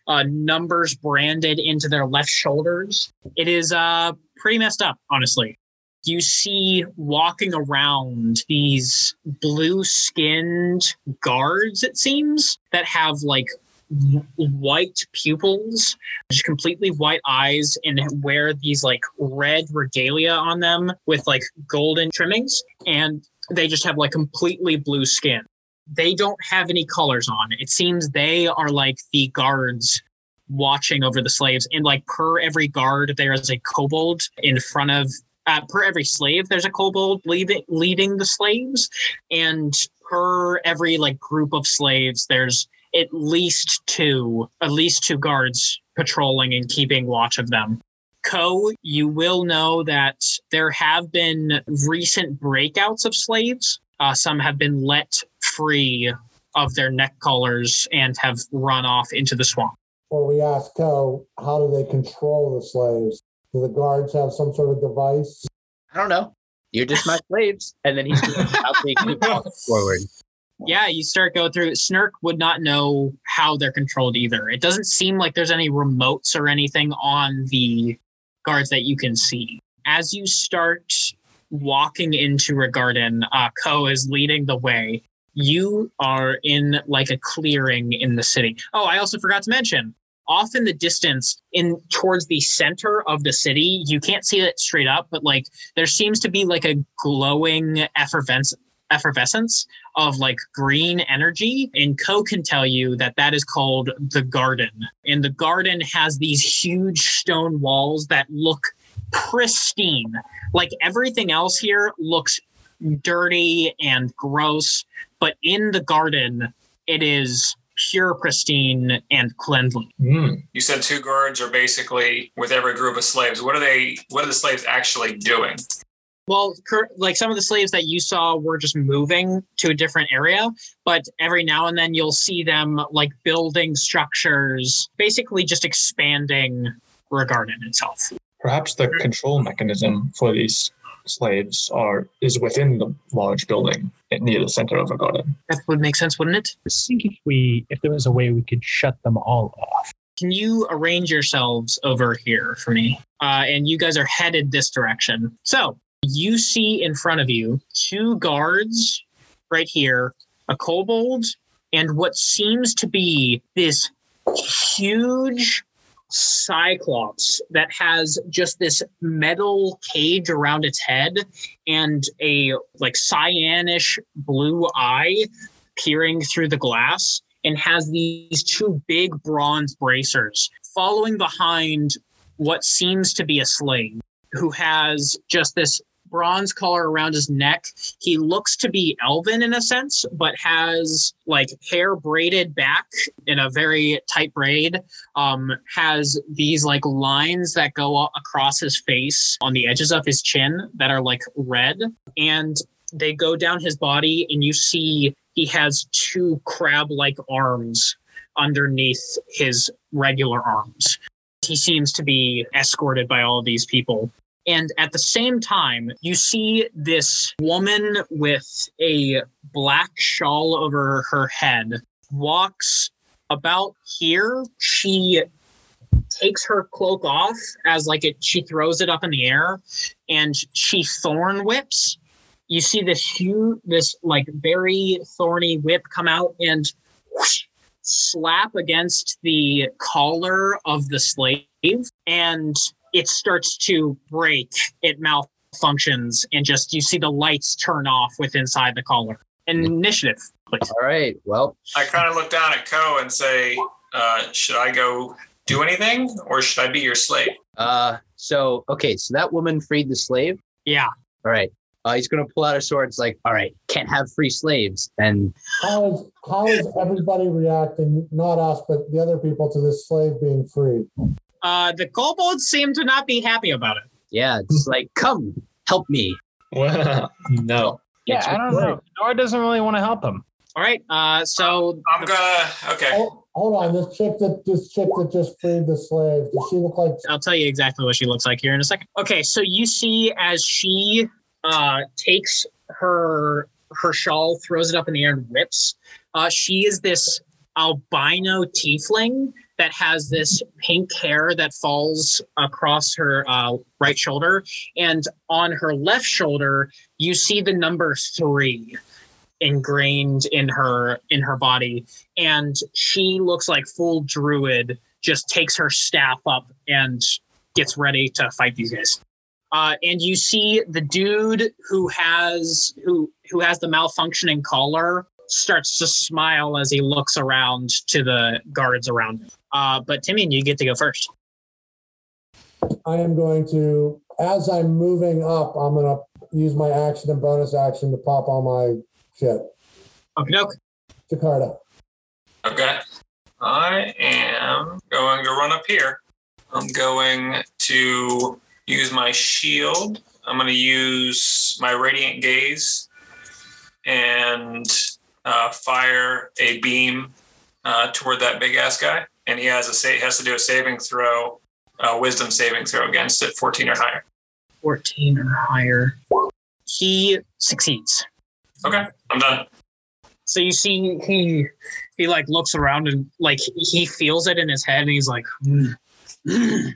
C: uh, numbers branded into their left shoulders it is uh, pretty messed up honestly you see walking around these blue skinned guards, it seems, that have like w- white pupils, just completely white eyes, and wear these like red regalia on them with like golden trimmings. And they just have like completely blue skin. They don't have any colors on. It seems they are like the guards watching over the slaves. And like per every guard, there is a kobold in front of uh, per every slave, there's a kobold leading, leading the slaves, and per every like group of slaves, there's at least two, at least two guards patrolling and keeping watch of them. Co, you will know that there have been recent breakouts of slaves. Uh, some have been let free of their neck collars and have run off into the swamp.
I: Well, we asked Co, how do they control the slaves? Do the guards have some sort of device?
K: I don't know. You're just my slaves. And then he's just about to keep walking forward.
C: yeah, you start go through. Snurk would not know how they're controlled either. It doesn't seem like there's any remotes or anything on the guards that you can see. As you start walking into Regarden, uh, Ko is leading the way. You are in like a clearing in the city. Oh, I also forgot to mention off in the distance, in towards the center of the city, you can't see it straight up, but like there seems to be like a glowing effervescence effervescence of like green energy and co can tell you that that is called the garden and the garden has these huge stone walls that look pristine like everything else here looks dirty and gross but in the garden it is pure pristine and cleanly
D: You said two guards are basically with every group of slaves. What are they? What are the slaves actually doing?
C: Well, cur- like some of the slaves that you saw were just moving to a different area, but every now and then you'll see them like building structures, basically just expanding the garden itself.
H: Perhaps the control mechanism for these slaves are is within the large building near the center of the garden.
C: That would make sense, wouldn't it?
F: I think if we, if there was a way we could shut them all off.
C: Can you arrange yourselves over here for me? Uh, and you guys are headed this direction. So you see in front of you two guards right here, a kobold, and what seems to be this huge cyclops that has just this metal cage around its head and a like cyanish blue eye peering through the glass and has these two big bronze bracers following behind what seems to be a slave who has just this bronze collar around his neck. He looks to be elven in a sense, but has like hair braided back in a very tight braid. Um, has these like lines that go a- across his face on the edges of his chin that are like red, and they go down his body, and you see he has two crab like arms underneath his regular arms. He seems to be escorted by all these people. And at the same time, you see this woman with a black shawl over her head walks about here. She takes her cloak off as like it she throws it up in the air and she thorn whips. You see this huge this like very thorny whip come out and whoosh, slap against the collar of the slave and it starts to break it malfunctions and just you see the lights turn off with inside the collar and initiative please
K: all right well
D: I kind of look down at Ko and say, uh, "Should I go do anything, or should I be your slave?"
K: Uh, so okay, so that woman freed the slave.
C: Yeah.
K: All right. Uh, he's gonna pull out his sword. It's like, all right, can't have free slaves. And
I: How is how is everybody reacting? Not us, but the other people to this slave being freed.
C: uh the kobolds seem to not be happy about it
K: yeah, it's like, come help me.
H: no.
F: Yeah,
C: It's
F: I don't
C: good.
F: know. Nora doesn't really want to help him.
C: all right uh so
D: I'm gonna okay
I: Oh, hold on, this chick that this chick that just freed the slave. Does she look like?
C: I'll tell you exactly what she looks like here in a second. Okay, so you see as she uh, takes her her shawl, throws it up in the air, and whips. Uh, she is this albino tiefling that has this pink hair that falls across her uh, right shoulder, and on her left shoulder, you see the number three ingrained in her in her body, and she looks like full druid just takes her staff up and gets ready to fight these guys. Uh, and you see the dude who has who who has the malfunctioning collar starts to smile as he looks around to the guards around him. Uh, but Timmy, you get to go first.
I: I am going to, as I'm moving up, I'm gonna use my action and bonus action to pop all my shit.
C: Okay, doke.
I: Jakarta.
D: okay. I am going to run up here. I'm going to use my shield. I'm going to use my radiant gaze and uh, fire a beam uh, toward that big ass guy. And he has a sa- has to do a saving throw, a wisdom saving throw against it, 14 or higher.
C: Fourteen or higher. He succeeds.
D: Okay, I'm done.
C: So you see he he like looks around and like he feels it in his head and he's like "Hmm, hmm."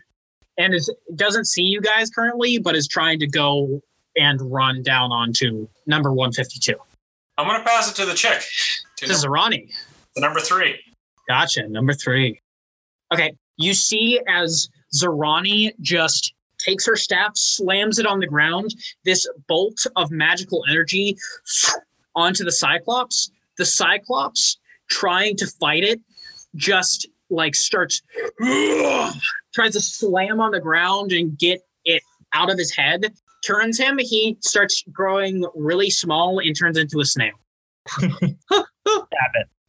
C: and is, doesn't see you guys currently but is trying to go and run down onto number 152.
D: I'm going to pass it to the chick, to
C: This is Ronnie.
D: the number three.
C: Gotcha. Number 3. Okay, You see as Zarani just takes her staff, slams it on the ground, this bolt of magical energy onto the Cyclops. The Cyclops, trying to fight it, just like starts, tries to slam on the ground and get it out of his head. Turns him, he starts growing really small and turns into a snail.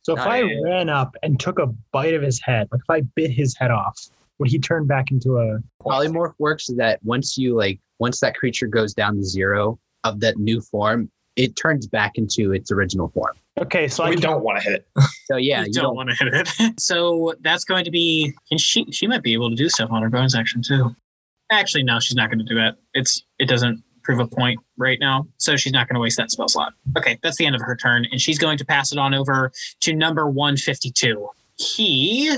F: So if I ran up and took a bite of his head, like if I bit his head off, would he turn back into a?
K: Polymorph works is that once you like once that creature goes down to zero of that new form, it turns back into its original form.
F: Okay, so
K: We
F: I
K: don't
F: want to hit it.
K: So yeah,
C: you don't want to hit it. so that's going to be, and she she might be able to do stuff on her bonus action too. Actually, no, she's not going to do it. It's it doesn't prove a point right now, so she's not going to waste that spell slot. Okay, that's the end of her turn, and she's going to pass it on over to number one fifty two. He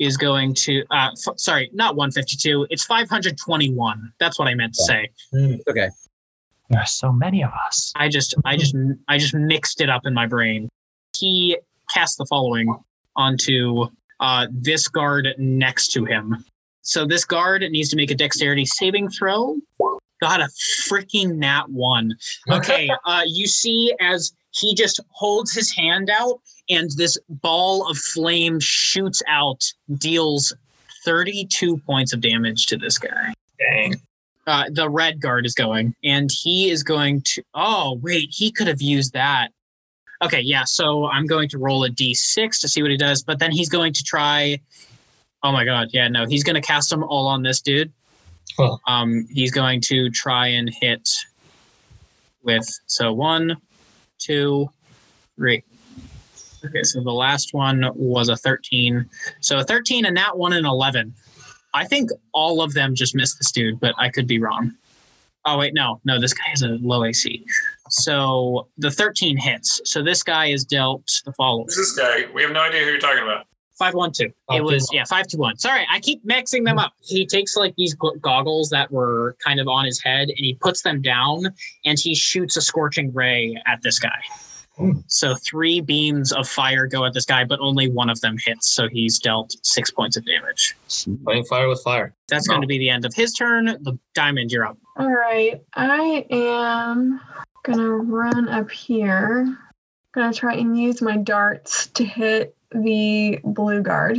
C: is going to, uh, f- sorry, not one fifty two. It's five hundred twenty one. That's what I meant to say.
K: Okay.
F: There are so many of us.
C: I just, I just, I just mixed it up in my brain. He cast the following onto uh, this guard next to him. So this guard needs to make a dexterity saving throw. Got a freaking nat one. Okay, uh, you see as he just holds his hand out, and this ball of flame shoots out, deals 32 points of damage to this guy.
D: Dang.
C: Uh, the red guard is going, and he is going to. Oh, wait, he could have used that. Okay, yeah, so I'm going to roll a d6 to see what he does, but then he's going to try. Oh my god, yeah, no, he's going to cast them all on this dude. Um, he's going to try and hit with. So one, two, three. Okay, so the last one was a 13. So a 13 and that one an 11. I think all of them just missed this dude, but I could be wrong. Oh wait, no, no, this guy has a low AC. So the 13 hits. So this guy is dealt the following.
D: Who's this guy? We have no idea who you're talking about.
C: Five one Hmm. two.
D: Oh,
C: it was yeah five two one. Sorry, I keep mixing them up. He takes like these go- goggles that were kind of on his head, and he puts them down, and he shoots a scorching ray at this guy.
H: Hmm.
C: So three beams of fire go at this guy, but only one of them hits. So he's dealt six points of damage.
H: Playing fire with fire.
C: That's going to be the end of his turn. The diamond, you're up.
G: All right, I am gonna run up here. Gonna try and use my darts to hit the blue guard.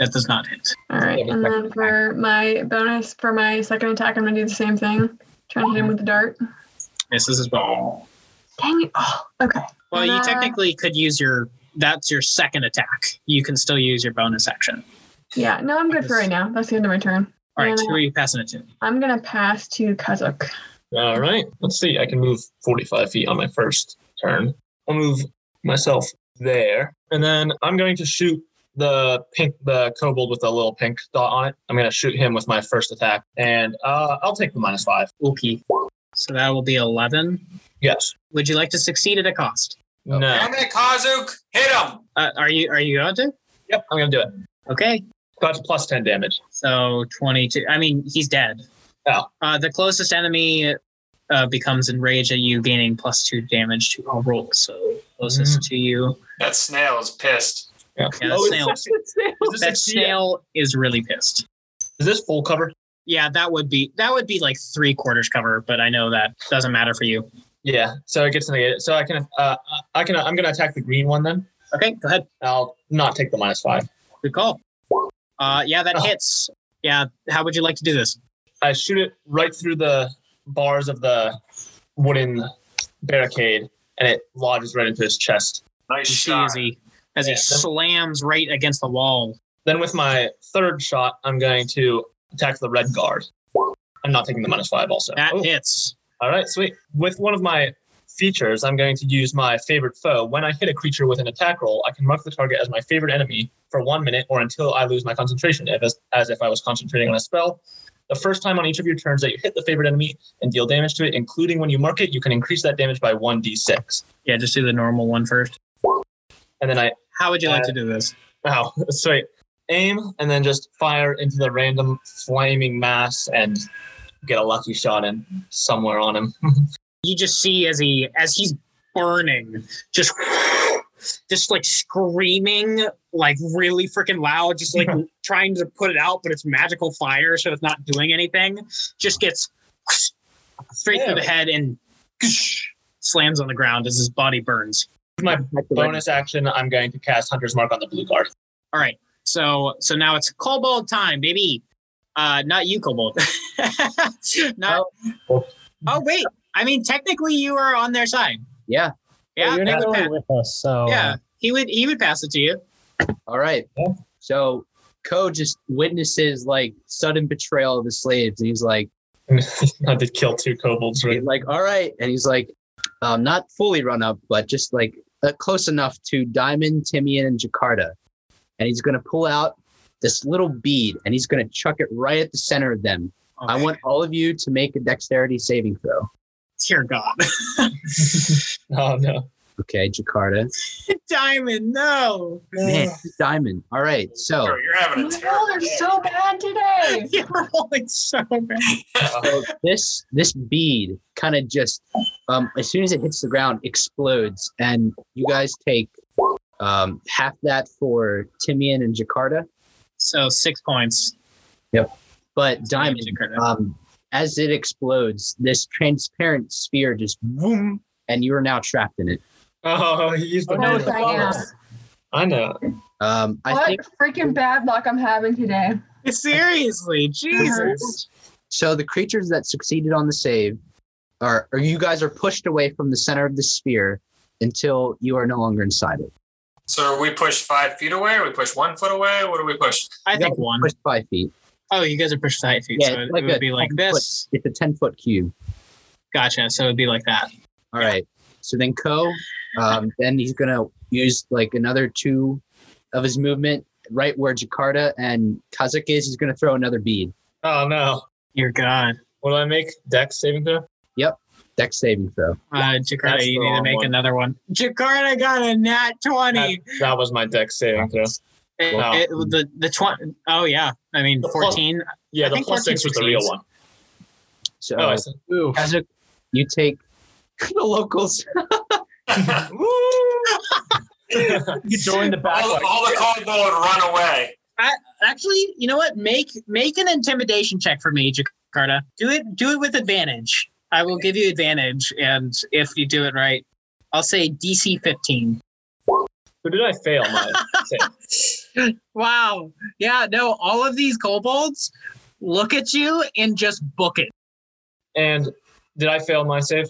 C: That does not hit.
G: All right, uh, and then for my bonus for my second attack, I'm gonna do the same thing. Try and hit him with the dart.
C: Misses as well.
G: Dang it! Oh, okay.
C: Well,
G: And,
C: you
G: uh,
C: technically could use your. That's your second attack. You can still use your bonus action.
G: Yeah, no, I'm good for right now. That's the end of my turn.
C: All right,
G: And
C: who are you passing it to?
G: I'm gonna pass to Kazuk.
H: All right. Let's see. I can move 45 feet on my first turn. I'll move myself there. And then I'm going to shoot the pink, the kobold with a little pink dot on it. I'm going to shoot him with my first attack. And uh, I'll take the minus five.
C: Okay. So that will be 11.
H: Yes.
C: Would you like to succeed at a cost?
H: No.
D: Damn it, Kazuk! Hit him!
C: Uh, are you Are you going to?
H: Yep, I'm going to do it.
C: Okay.
H: That's plus 10 damage.
C: So 22. I mean, he's dead.
H: Oh.
C: Uh, the closest enemy uh, becomes enraged at you, gaining plus two damage to all rolls. So closest to you.
D: That snail is pissed.
H: Mm. Yeah, Oh,
C: Yeah, that snail. That snail is really pissed.
H: Is this full cover?
C: Yeah, that would be that would be like three quarters cover, but I know that doesn't matter for you.
H: Yeah, so it gets negated. So I can, uh, I can, I'm gonna attack the green one then.
C: Okay, go ahead.
H: I'll not take the minus five. Oh.
C: Good call. Uh, yeah, that hits. Yeah, how would you like to do this?
H: I shoot it right through the bars of the wooden barricade, and it lodges right into his chest.
D: Nice
C: shot. As he, as he
H: Yeah.
C: slams right against the wall.
H: Then with my third shot, I'm going to attack the red guard. I'm not taking the minus five. Also,
C: that hits.
H: All right, sweet. With one of my features, I'm going to use my favorite foe. When I hit a creature with an attack roll, I can mark the target as my favorite enemy for one minute or until I lose my concentration, if, as, as if I was concentrating on a spell. The first time on each of your turns that you hit the favorite enemy and deal damage to it, including when you mark it, you can increase that damage by 1d6.
C: Yeah, just do the normal one first.
H: And then I.
C: How would you like to do this?
H: Wow, sweet. Aim and then just fire into the random flaming mass and get a lucky shot in
F: Mm-hmm.
H: somewhere on him.
C: You just see as he as he's burning, just just like screaming like really freaking loud, just like trying to put it out, but it's magical fire, so it's not doing anything. Just gets straight through the head and slams on the ground as his body burns.
H: With My bonus action, I'm going to cast Hunter's Mark on the blue guard.
C: All right, so so now it's kobold time, baby. Uh, not you, kobold. not. Oh wait, I mean technically you are on their side.
K: Yeah.
C: Yeah,
F: you're
C: he
F: not
C: would
F: really
C: pa-
F: with us, Oh, so
H: uh,
C: yeah, he would he would pass it to you.
K: All right. So Co just witnesses like sudden betrayal of the slaves, and he's like,
H: I did kill two kobolds. Right?
K: like, all right, and he's like, um, not fully run up, but just like uh, close enough to Diamond, Timian, and Jakarta, and he's gonna pull out this little bead, and he's gonna chuck it right at the center of them. I want all of you to make a dexterity saving throw.
C: Dear God.
H: oh no.
K: Okay, Jakarta.
C: Diamond, no.
K: Man, Diamond. All right, so.
D: You're having a
G: Oh, they're so bad today.
C: You're rolling so bad.
K: so this this bead kind of just um, as soon as it hits the ground explodes and you guys take um, half that for timian and jakarta
C: So six points.
K: yep but diamond um, as it explodes this transparent sphere just boom and you are now trapped in it
H: Oh, he used the bonus. I know.
K: um, i
G: what
K: think
G: freaking bad luck I'm having today.
C: Eh, Seriously, Jesus.
K: so the creatures that succeeded on the save are or you guys are pushed away from the center of the sphere until you are no longer inside it
D: So we push five feet away. We push one foot away. What do we push?
C: I think one.
K: pushed five feet
C: Oh, you guys are pushed five feet, so it,
K: it's
C: it would
K: a
C: be like
K: 10 foot-
C: this.
K: it's a ten foot cube.
C: Gotcha. So it'd be like that.
K: All right. So then Co, um, then he's gonna use like another two of his movement right where Jakarta and Kazakh is. He's gonna throw another bead.
H: Oh no.
C: You're gone.
H: What do I make? Dex saving throw.
K: Yep. Dex saving throw.
C: Uh,
H: That's
C: Jakarta,
H: the
C: you need to
H: wrong
C: make
H: one.
C: another one. Jakarta got a nat twenty.
H: That was my Dex saving throw.
C: It-
H: Wow.
C: it- the the twenty. Oh yeah. I mean
H: The plus-
C: fourteen.
H: Yeah,
C: I
H: the
C: think
H: plus
C: 14
H: six was the real
C: succeeds.
H: one.
K: So
H: Oh, I
K: oh,
H: see.
K: Kazakh, you take the locals.
F: you join the back.
D: All, all the kobold run away.
C: Actually, you know what? Make make an intimidation check for me, Jakarta. Do it. Do it with advantage. I will give you advantage, and if you do it right, I'll say DC fifteen.
H: Who did I fail? My save?
C: Wow. Yeah. No. All of these kobolds look at you and just book it.
H: and did I fail my save?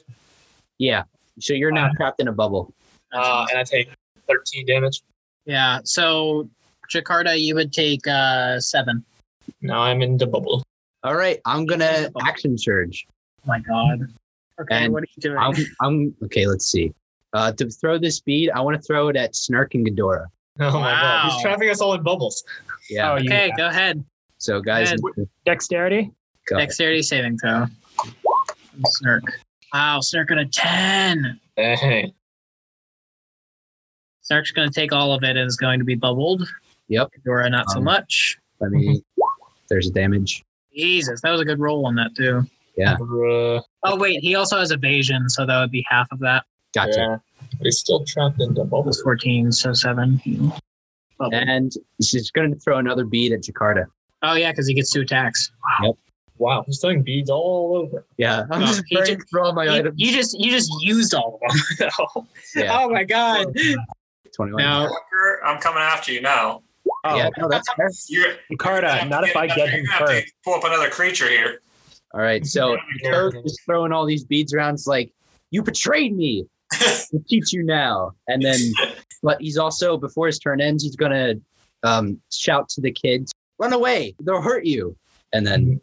K: yeah. So you're now trapped in a bubble.
H: Uh, and I take thirteen damage.
C: Yeah. So Jakarta, you would take uh seven.
H: Now I'm in the bubble.
K: All right. I'm gonna action surge.
C: Oh my god. Okay,
K: And
C: what are you doing?
K: I'm, I'm okay. Let's see. Uh, to throw this bead, I want to throw it at Snark and Ghidorah.
H: Oh my god,
C: Wow.
H: he's trapping us all in bubbles.
K: Yeah.
F: Oh, you
C: okay, go ahead.
K: so guys,
C: and-
F: dexterity.
K: go.
C: Dexterity saving throw. Snark. Wow, Snark got a ten.
H: Dang.
C: Snark's gonna take all of it and is going to be bubbled.
K: Yep.
C: Dora not so
K: Um,
C: much.
K: I mean, there's damage.
C: Jesus, that was a good roll on that too.
H: Bruh.
C: Oh wait, he also has evasion, so that would be half of that.
K: Gotcha.
H: Yeah. He's still trapped in the bubble.
C: Plus fourteen, so seven. Bubble.
K: And she's going to throw another bead at Jakarta.
C: Oh yeah, because he gets two attacks. Wow.
H: Wow, he's throwing beads all over.
K: Yeah, I'm
C: Oh,
K: just
C: he
K: burning
C: just-
K: through all my
C: You,
K: items.
C: you just you just used all of them.
K: yeah,
C: Oh my god.
K: 21.
C: No, Oh.
D: Fucker, I'm coming after you now.
K: Yeah, no, that's fair.
D: You're
F: Jakarta, not if I get him
D: You're gonna have to
F: first.
D: Pull up another creature here.
K: All right, so Toad just throwing all these beads around. It's like, you betrayed me. I'll teach you now. And then, but he's also, before his turn ends, he's going to um, shout to the kids, run away. They'll hurt you. And then,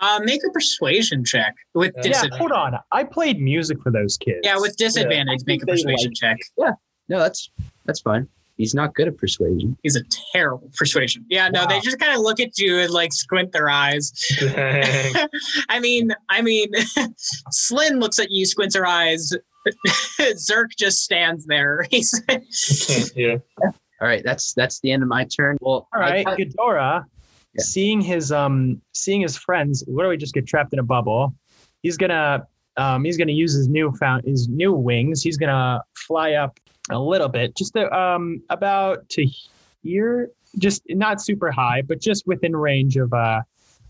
C: uh, make a persuasion check with
H: Yeah.
F: Yeah,
C: disadvantage.
F: hold on. I played music for those kids.
C: Yeah, with disadvantage,
F: I
C: make a
F: think they
C: persuasion check.
K: no, that's that's fine. He's not good at persuasion.
C: He's a terrible persuasion. Yeah, no, they
F: Wow.
C: just kind of look at you and like squint their eyes.
H: Dang.
C: I mean, I mean, Slynn looks at you, squints her eyes. Zerk just stands there. He's
H: Can't hear.
K: All right, that's that's the end of my turn. Well,
F: All right,
K: I,
F: Ghidorah,
K: Yeah.
F: seeing his um, seeing his friends literally just get trapped in a bubble, he's gonna um, he's gonna use his new found his new wings. He's gonna fly up a little bit, just to, um about to here, just not super high, but just within range of uh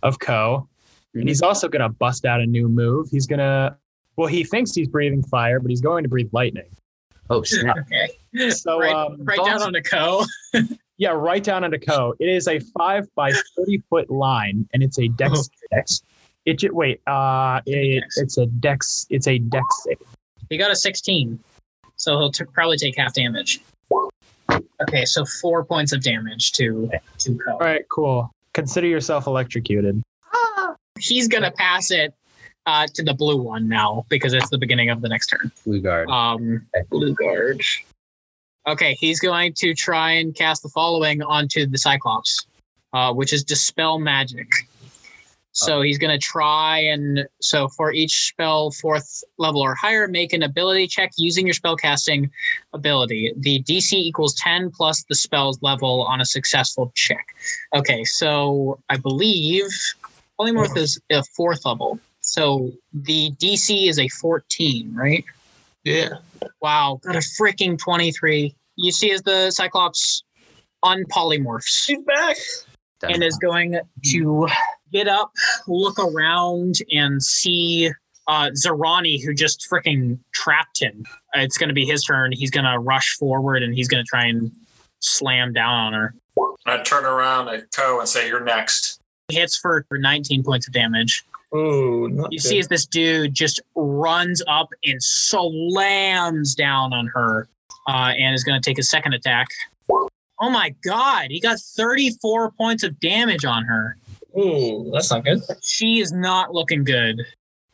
F: of Co. And he's also gonna bust out a new move. He's gonna well, he thinks he's breathing fire, but he's going to breathe lightning.
K: Oh
F: snap! So
C: right,
F: um,
C: right down
F: Bones-
C: on the co.
F: yeah, right down on a co. It is a five by thirty foot line, and it's a dex.
C: Oh.
F: dex it ju- wait. Uh, it, it's a dex. It's a dex. save.
C: He got a 16, so he'll t- probably take half damage. Okay, so four points of damage to to Co.
F: All right, cool. Consider yourself electrocuted.
C: He's gonna pass it uh, to the blue one now because it's the beginning of the next turn.
K: Blue guard.
C: Um, blue guard. Okay, he's going to try and cast the following onto the Cyclops, uh, which is dispel magic. So he's going to try and so for each spell fourth level or higher, make an ability check using your spell casting ability. The DC equals 10 plus the spell's level on a successful check. Okay, so I believe Polymorph is a fourth level. So the DC is a 14, right?
D: Yeah.
C: Wow, got a freaking 23. You see as the Cyclops unpolymorphs. She's back. And is going to get up, look around, and see uh, Zerani, who just freaking trapped him. Uh, It's going to be his turn. He's going to rush forward and he's going to try and slam down on her.
D: I turn around at Co and say, "You're next."
C: He hits for for 19 points of damage.
H: Ooh,
C: You see as this dude just runs up and slams down on her uh, and is going to take a second attack. Oh my God, he got 34 points of damage on her.
H: Ooh, that's not good.
C: She is not looking good.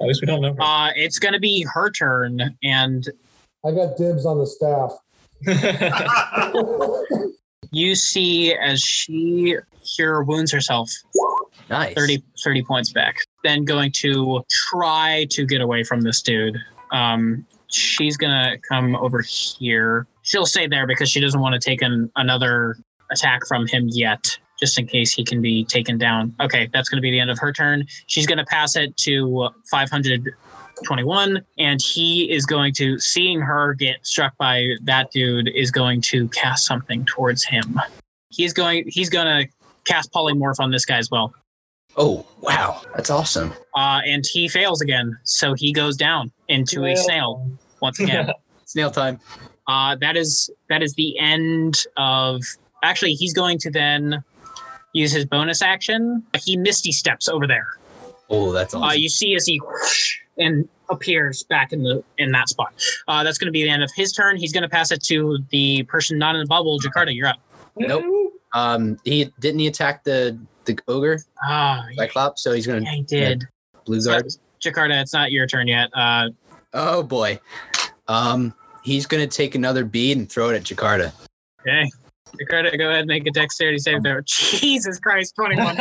H: At least we don't know.
C: Uh, it's going to be her turn, and
I: I got dibs on the staff.
C: you see as she cure wounds herself.
K: Nice.
C: 30, 30 points back. Then going to try to get away from this dude. Um, she's going to come over here. She'll stay there because she doesn't want to take an, another attack from him yet, just in case he can be taken down. Okay, that's going to be the end of her turn. She's going to pass it to 521, and he is going to, seeing her get struck by that dude, is going to cast something towards him. He's going. He's going to cast polymorph on this guy as well.
K: Oh wow, that's awesome.
C: Uh, and he fails again, so he goes down into a
K: Well.
C: snail once again.
K: Snail time.
C: uh, that is that is the end of. Actually, he's going to then use his bonus action. He misty steps over there.
K: Oh, that's awesome.
C: Uh, you see as he whoosh and appears back in the in that spot. Uh, that's going to be the end of his turn. He's going to pass it to the person not in the bubble. Jakarta, you're up.
K: Nope. Um, he didn't he attack the the ogre
C: Ah,
K: Cyclops, so he's gonna.
C: yeah, he did. Uh,
K: Blue guard.
C: Jakarta, it's not your turn yet. Uh,
K: Oh boy. Um, he's gonna take another bead and throw it at Jakarta.
C: okay. Jakarta, go ahead and make a dexterity save throw. Jesus Christ, 21.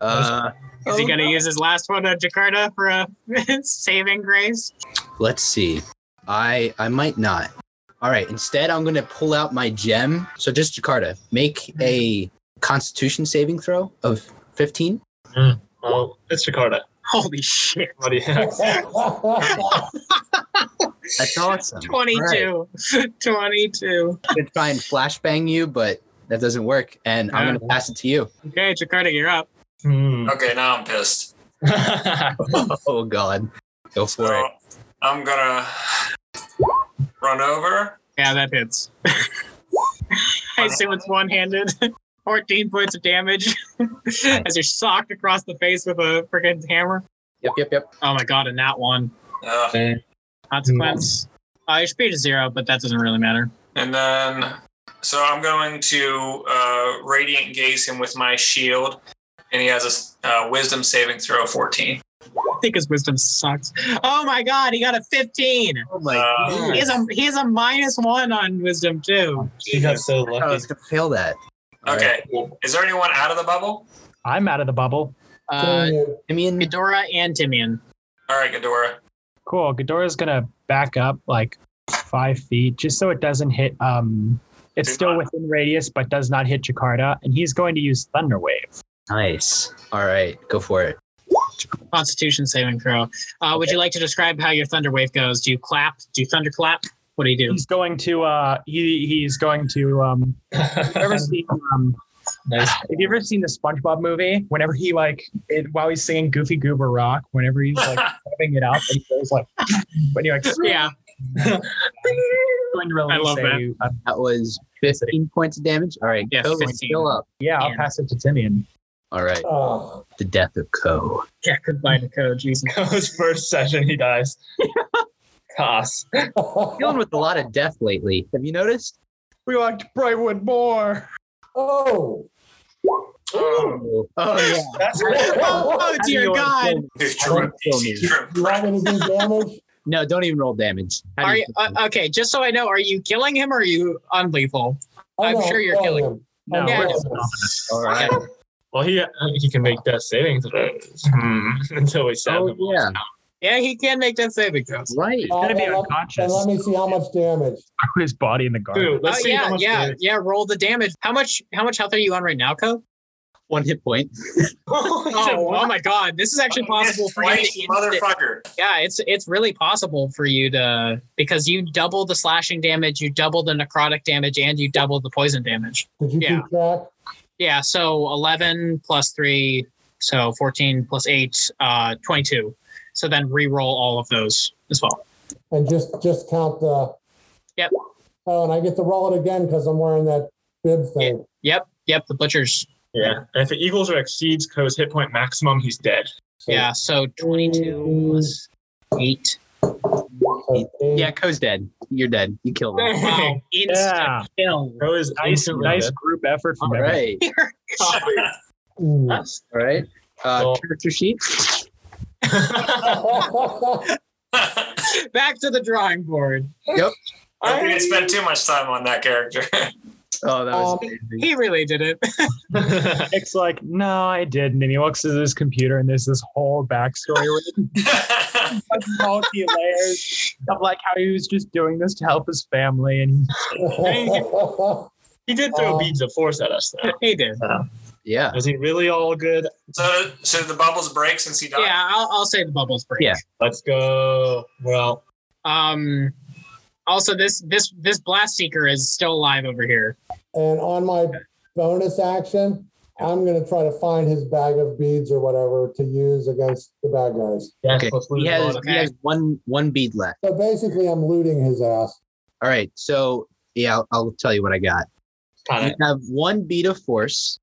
K: Uh,
C: Is he going to use his last one on Jakarta for a saving grace?
K: let's see. I I might not. All right. Instead, I'm gonna pull out my gem. So just Jakarta, make a Constitution saving throw of 15.
H: Well, it's Jakarta.
C: Holy shit.
H: What do you have?
K: That's awesome.
C: 22. 22.
K: I'm gonna try and flashbang you, but that doesn't work. And I'm gonna pass it to you.
C: Okay, Jakarta, you're up.
F: Hmm.
D: Okay, now I'm pissed.
K: oh God. Go for it.
D: I'm gonna run over.
C: Yeah, that hits. I assume it's one handed. 14 points of damage as you're socked across the face with a freaking hammer.
K: Yep, yep, yep.
C: Oh my god, and that one.
D: Ugh.
C: Consequence. Uh, your speed is zero, but that doesn't really matter.
D: And then, so I'm going to uh, radiant gaze him with my shield, and he has a s- uh, wisdom saving throw of 14.
C: I think his wisdom sucks. Oh my god, he got a 15.
K: Oh my
D: Uh,
C: He has a he has a minus one on wisdom too.
H: She got so
K: I
H: lucky.
K: was gonna fail that.
D: okay. Is there anyone out of the bubble?
F: I'm out of the bubble.
C: Uh,
K: Timian,
C: Ghidorah and Timian.
D: All right, Ghidorah.
F: Cool. Ghidorah's gonna back up like five feet, just so it doesn't hit. Um, it's still within radius, but does not hit Jakarta, and he's going to use Thunder Wave.
K: nice. All right, go for it.
C: Constitution saving throw. Uh, Would you like to describe how your thunder wave goes? Do you clap? Do you thunderclap? What do you do?
F: He's going to uh he he's going to um have you ever seen um Have you ever seen the SpongeBob movie? Whenever he like, it, while he's singing "Goofy Goober Rock," whenever he's like revving it up, and he goes like, when he like,
C: Yeah.
F: going to release
K: love
F: a-
K: that.
F: a
K: That was 15 points of damage. All right.
C: Yeah,
K: Ko is
C: 15.
K: still up.
F: Yeah, I'll pass it to Timian.
K: All right.
I: Oh,
K: The death of Ko.
C: Yeah, goodbye to Ko. Jesus.
H: His first session, he dies. Toss.
K: Dealing with a lot of death lately. Have you noticed?
F: We liked Brightwood more.
I: oh.
K: Oh, yeah.
H: That's oh,
K: dear God.
D: Here's
K: Don't
D: Drew.
K: kill me.
I: You have anything damage?
K: No, don't even roll damage. How do
C: Are
K: you
C: you,
K: kill
C: uh,
K: him?
C: okay, just so I know, are you killing him or are you unlethal?
I: Oh,
C: I'm
I: no,
C: sure you're
I: oh,
C: killing
I: him.
F: No,
C: Yeah.
F: we're
I: yeah.
F: just stopping it.
K: All right.
H: Well, he uh, he can make death saving throws hmm. until we stab
K: Oh,
H: him.
K: yeah.
C: Yeah, he can make that saving throw.
K: Right.
I: Uh,
F: gonna be
I: and let-
F: unconscious.
I: And let me see how much damage.
F: I put his body in the
H: Ooh,
F: garbage.
C: Oh
H: let's see how
C: yeah,
H: much
C: yeah,
H: damage-
C: yeah. Roll the damage. How much? How much health are you on right now, Co?
K: One hit point.
C: Oh, oh my God, this is actually possible for you.
D: Twice,
C: To instant-
D: motherfucker.
C: yeah, it's it's really possible for you to because you double the slashing damage, you double the necrotic damage, and you double the poison damage.
I: Did you
C: Yeah.
I: keep track?
C: Yeah, so eleven plus three, so fourteen plus eight, uh, twenty-two. So then re-roll all of those as well.
I: And just just count the.
C: Yep.
I: Oh, and I get to roll it again because I'm wearing that bib thing.
C: Yep, yep. The butchers.
H: yeah. And if it equals or exceeds Ko's hit point maximum, he's dead.
I: So-
C: Yeah, so twenty-two plus eight.
I: so eight.
K: Yeah, Ko's dead. You're dead. You killed him.
C: Wow, instant
F: Yeah.
C: kill.
H: Ko is
F: Nice,
H: instantly
F: nice
H: dead.
F: group effort
K: All
F: from everyone.
K: right.
C: Dear God.
I: Mm.
H: That's-
K: All right. Uh,
H: Well-
K: character sheet.
C: Back to the drawing board.
D: I didn't spend too much time on that character.
K: Oh, that was
I: Um,
K: amazing.
C: He really did it.
F: Nick's like, no, I didn't. And he looks at his computer and there's this whole backstory with multi layers of like how he was just doing this to help his family. And Oh.
H: he did throw
I: Um,
H: beads of force at us, though. Uh,
C: He did.
K: Yeah.
H: Is he really all good?
D: so, so did the bubbles break since he died?
C: Yeah, I'll, I'll say the bubbles break.
K: Yeah.
H: Let's go. Well,
C: Um. Also, this this this blast seeker is still alive over here.
I: and on my bonus action, I'm going to try to find his bag of beads or whatever to use against the bad guys.
H: yes,
K: Okay.
H: let's lose
K: He has
H: one.
K: he has one one bead left.
I: So basically, I'm looting his ass.
K: All right. So yeah, I'll, I'll tell you what I got.
H: Got
K: You
H: it.
K: have one bead of force.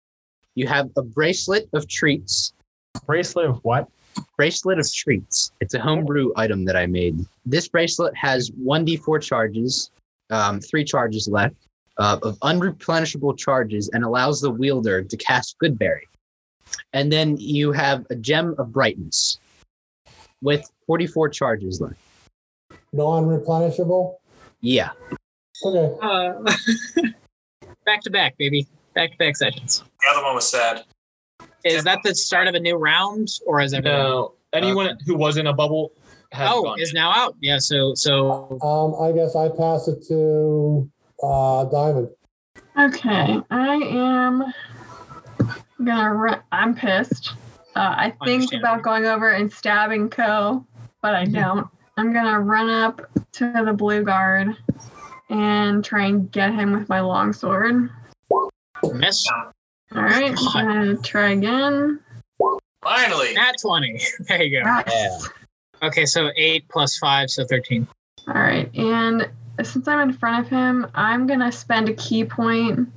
K: You have a bracelet of treats.
F: bracelet of what?
K: Bracelet of treats. It's a homebrew item that I made. This bracelet has one d4 charges, um, three charges left uh, of unreplenishable charges, and allows the wielder to cast Goodberry. And then you have a gem of brightness with 44 charges left.
I: Non-replenishable.
K: Yeah.
I: Okay.
C: Uh, back to back, baby. Back to back sessions.
D: The other one was sad.
C: Is that the start of a new round, or is it?
H: No. Anyone who was in a bubble has
C: Uh, Oh,
H: gone.
C: is now out. Yeah. So so
I: Um, I guess I pass it to uh, Diamond.
G: Okay, I am gonna. Re- I'm pissed. Uh, I think
C: Understandable.
G: about going over and stabbing Co, but
C: Mm-hmm.
G: I don't. I'm gonna run up to the blue guard and try and get him with my longsword.
C: miss
G: All right, I'm gonna try again.
D: Finally.
C: nat twenty. There you go.
K: Yeah.
C: Okay, so eight plus five, so thirteen.
G: All right, and since I'm in front of him, I'm gonna spend a key point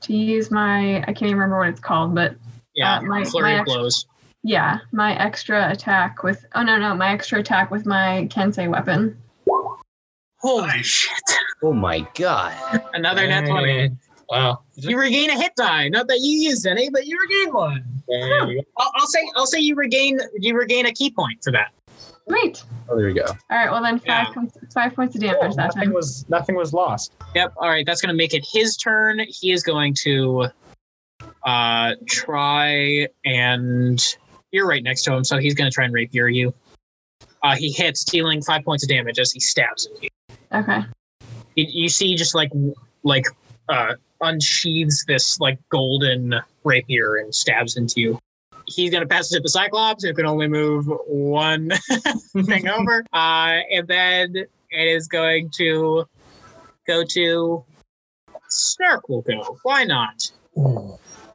G: to use my. I can't even remember what it's called, but
C: Yeah,
G: Uh, my-
C: flurry
G: my
C: of blows.
G: Yeah, my extra attack with oh no no my extra attack with my kensei weapon.
C: Holy
K: Oh my god.
C: Another nat
H: Dang.
C: 20.
H: Wow.
C: You regain a hit die. Not that you used any, but you regain one.
H: Dang.
C: I'll, I'll say I'll say you regain you regain a key point for that.
G: Great.
K: Oh, there we go.
G: All right. Well then five
C: Yeah.
G: points, five points of damage
F: Oh,
G: that
F: nothing
G: time.
F: was nothing was lost.
C: Yep. All right. That's going to make it his turn. He is going to uh try and you're right next to him, so he's going to try and rapier you. Uh, he hits, dealing five points of damage as he stabs at you.
G: Okay.
C: you, you see just like like uh unsheathes this like golden rapier and stabs into you he's going to pass it to the cyclops who can only move one thing over uh and then It is going to go to Snark will go. Why not?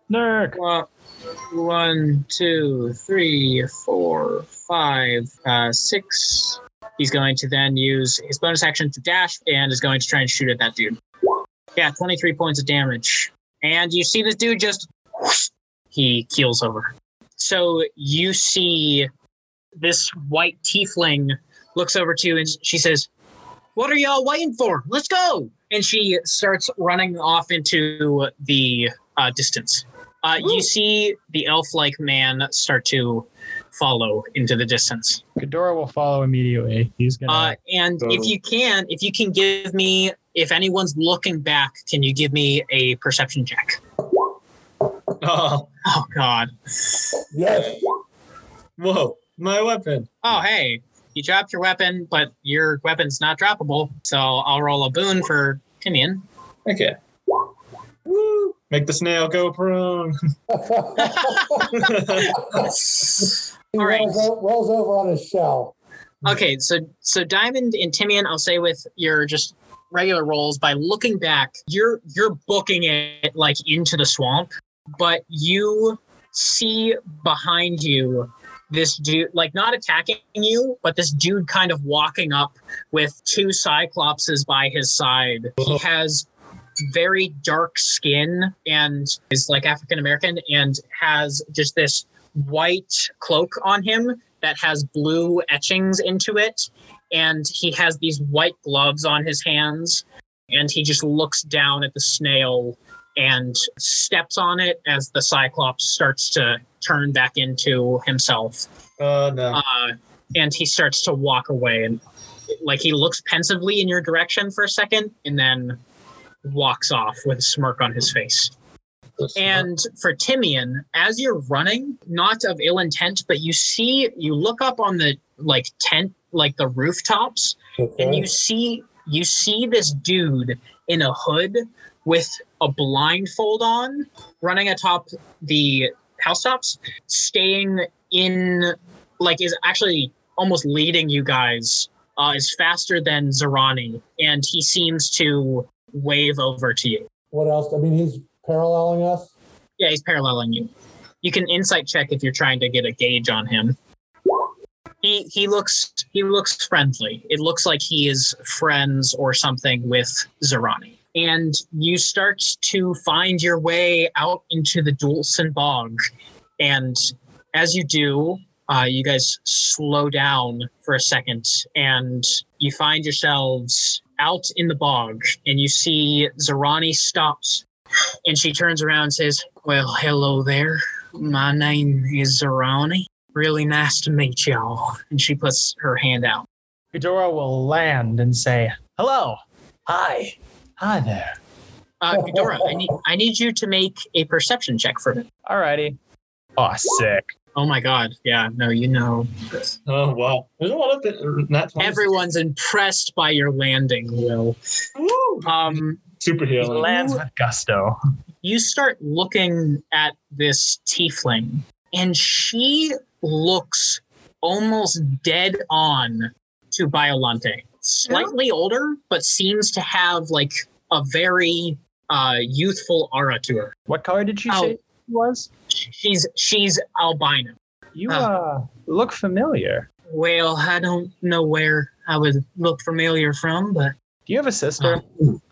F: Snark.
C: One, one, two, three, four, five, uh, six. He's going to then use his bonus action to dash and is going to try and shoot at that dude. Yeah, 23 points of damage. And you see this dude just. He keels over. So you see this white tiefling looks over to you and she says, What are y'all waiting for? Let's go! And she starts running off into the uh, distance. Uh, you see the elf like man start to follow into the distance.
F: Ghidorah will follow immediately. He's gonna.
C: Uh, and if you can, if you can give me, if anyone's looking back, can you give me a perception check?
H: Oh,
C: oh God.
I: Yes.
H: Whoa, my weapon.
C: Oh, hey, you dropped your weapon, but your weapon's not droppable. So I'll roll a boon for Timian.
H: Okay. Woo! Make the snail go prone.
I: He
C: All right.
I: rolls, o- rolls over on his shell.
C: Okay, so so Diamond and Timian, I'll say with your just regular rolls by looking back, you're you're booking it like into the swamp, but you see behind you this dude like not attacking you, but this dude kind of walking up with two cyclopses by his side. He has very dark skin and is like African American and has just this white cloak on him that has blue etchings into it. And he has these white gloves on his hands. And he just looks down at the snail and steps on it as the Cyclops starts to turn back into himself.
H: Oh no.
C: Uh, and he starts to walk away. And like he looks pensively in your direction for a second and then walks off with a smirk on his face. And for Timian, as you're running, not of ill intent, but you see, you look up on the like tent, like the rooftops,
I: Okay.
C: and you see, you see this dude in a hood with a blindfold on, running atop the housetops, staying in, like, is actually almost leading you guys. Uh, is faster than Zerani, and he seems to wave over to you.
I: What else? I mean, he's paralleling us.
C: Yeah, he's paralleling you. You can insight check if you're trying to get a gauge on him. He he looks he looks friendly. It looks like he is friends or something with Zerani. And you start to find your way out into the Dulcin Bog. And as you do, uh, you guys slow down for a second and you find yourselves out in the bog and you see Zerani stops and she turns around and says, Well, hello there. My name is Zerani. Really nice to meet y'all. And she puts her hand out.
F: Ghidorah will land and say, "Hello, hi, hi there."
C: Uh, Ghidorah, I need, I need you to make a perception check for me.
F: Alrighty. Oh, sick.
C: Oh my God. Yeah, no, you know.
H: Oh wow. There's a lot of the, not
C: Everyone's impressed by your landing, Will. Um,
H: super
F: He
H: healing.
F: lands with gusto.
C: you start looking at this tiefling, and she looks almost dead on to Biolante. Slightly older, but seems to have like a very uh, youthful aura to her.
F: What color did she
C: Oh.
F: say she was?
C: She's she's albino.
F: You
C: Oh.
F: uh, look familiar.
C: Well, I don't know where I would look familiar from, but
F: Do you have a sister?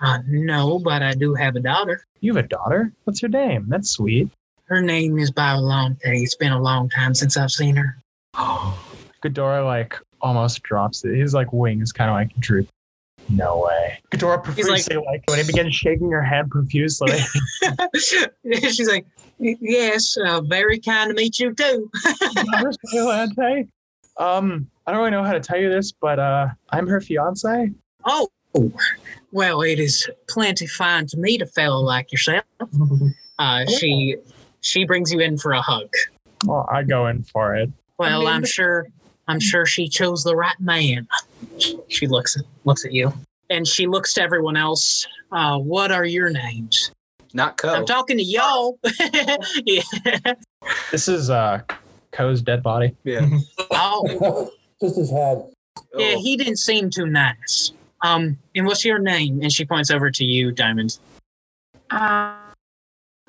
C: uh, no, but I do have a daughter.
F: You have a daughter? What's your name? That's sweet.
C: Her name is Biolante. It's been a long time since I've seen her.
F: Ghidorah like almost drops it. His like wings kind of like droop. No way. Ghidorah
C: He's like-
F: profusely like, when he begins shaking her head profusely.
C: She's like, yes, uh, very kind to meet you too.
F: Vigilante? um, I don't really know how to tell you this, but uh, I'm her fiance.
C: Oh, well, it is plenty fine to meet a fellow like yourself. Uh, she she brings you in for a hug.
F: Well, I go in for it.
C: Well, I'm sure I'm sure she chose the right man. She looks looks at you, and she looks to everyone else. Uh, what are your names?
K: Not Co.
C: I'm talking to y'all. yeah.
F: This is uh, Ko's dead body.
K: yeah.
C: Oh,
I: Just his head.
C: Yeah, he didn't seem too nice. Um, and what's your name? And she points over to you, Diamond.
G: Uh,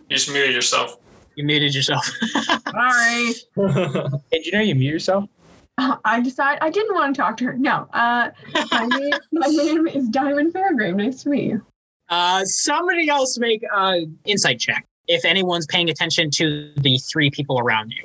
D: You just muted yourself.
C: You muted yourself.
G: sorry.
F: Did you know you mute yourself?
G: I decide I didn't want to talk to her. No. Uh, my, name, my name is Diamond Fairgrave. Nice to meet you.
C: Uh, somebody else make a insight check if anyone's paying attention to the three people around you.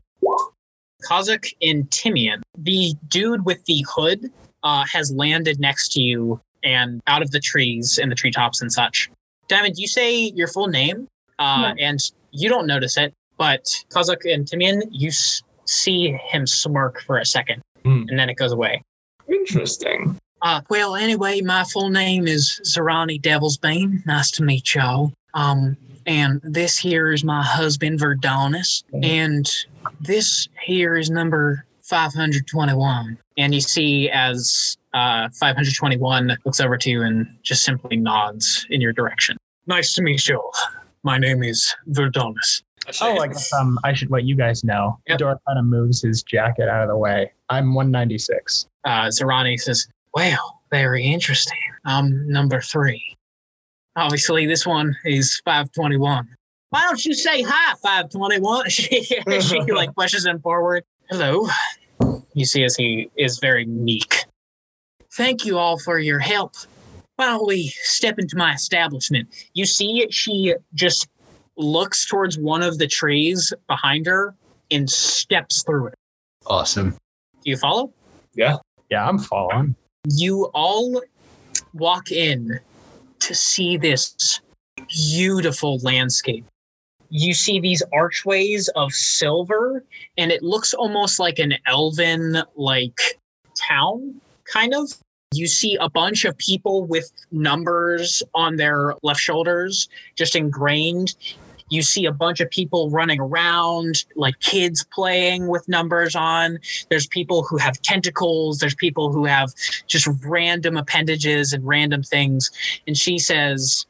C: Kazakh and Timian. The dude with the hood uh, has landed next to you and out of the trees and the treetops and such. Diamond, you say your full name, uh, and you don't notice it, but Kazakh and Timian, you s- see him smirk for a second, and then it goes away.
H: Interesting.
C: Uh, well, anyway, my full name is Zerani Devilsbean. Nice to meet y'all. Um, and this here is my husband, Verdonis. And this here is number 521. And you see as uh, 521 looks over to you and just simply nods in your direction. Nice to meet y'all. My name is Verdonis.
F: Oh, I guess um, I should let you guys know. Dora kind of moves his jacket out of the way. I'm 196.
C: Uh, Zerani says, Well, very interesting. I'm number three. Obviously, this one is 521. Why don't you say hi, 521? she, she like pushes him forward. Hello. You see, as he is very meek. Thank you all for your help. Why don't we step into my establishment? You see, she just looks towards one of the trees behind her and steps through it.
K: Awesome.
C: Do you follow?
H: Yeah.
F: Yeah, I'm following.
C: you all walk in to see this beautiful landscape. You see these archways of silver, and it looks almost like an elven like town, kind of. You see a bunch of people with numbers on their left shoulders, just ingrained. You see a bunch of people running around, like kids playing with numbers on. There's people who have tentacles. There's people who have just random appendages and random things. And she says,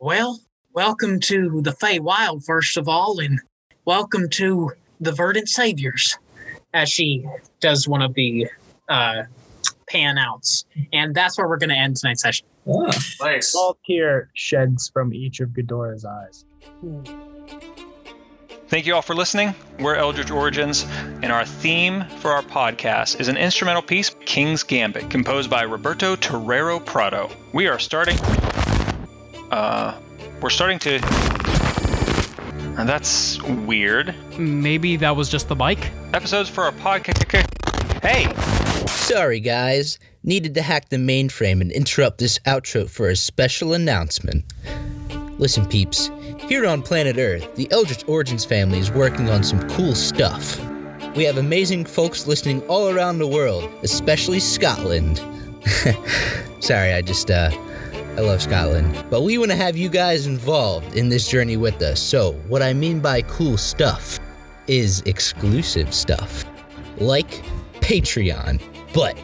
C: Well, welcome to the Fey Wild, first of all, and welcome to the Verdant Saviors. As she does one of the uh, pan outs. And that's where we're going to end tonight's session.
D: Nice.
F: Small tear sheds from each of Ghidorah's eyes.
A: Thank you all for listening. We're Eldritch Origins, and our theme for our podcast is an instrumental piece, King's Gambit, composed by Roberto Torrero Prado. We are starting. Uh, we're starting to. And that's weird.
M: Maybe that was just the bike?
A: Episodes for our podcast. Hey!
N: Sorry, guys. Needed to hack the mainframe and interrupt this outro for a special announcement. Listen, peeps. Here on planet Earth, the Eldritch Origins family is working on some cool stuff. We have amazing folks listening all around the world, especially Scotland. Sorry, I just, uh, I love Scotland. But we want to have you guys involved in this journey with us. So, what I mean by cool stuff is exclusive stuff, like Patreon. But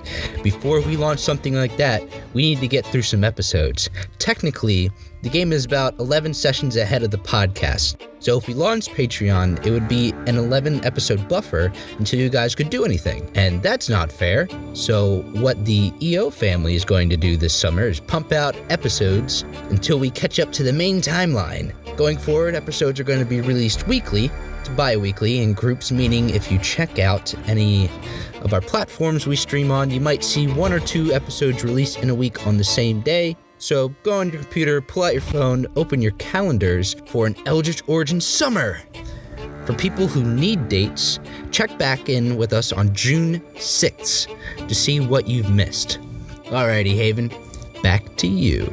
N: before we launch something like that, we need to get through some episodes. Technically, the game is about 11 sessions ahead of the podcast. So if we launched Patreon, it would be an 11 episode buffer until you guys could do anything. And that's not fair. So, what the EO family is going to do this summer is pump out episodes until we catch up to the main timeline. Going forward, episodes are going to be released weekly to bi weekly in groups, meaning if you check out any of our platforms we stream on, you might see one or two episodes released in a week on the same day. So go on your computer, pull out your phone, open your calendars for an Eldritch Origin Summer. For people who need dates, check back in with us on June 6th to see what you've missed. Alrighty, Haven, back to you.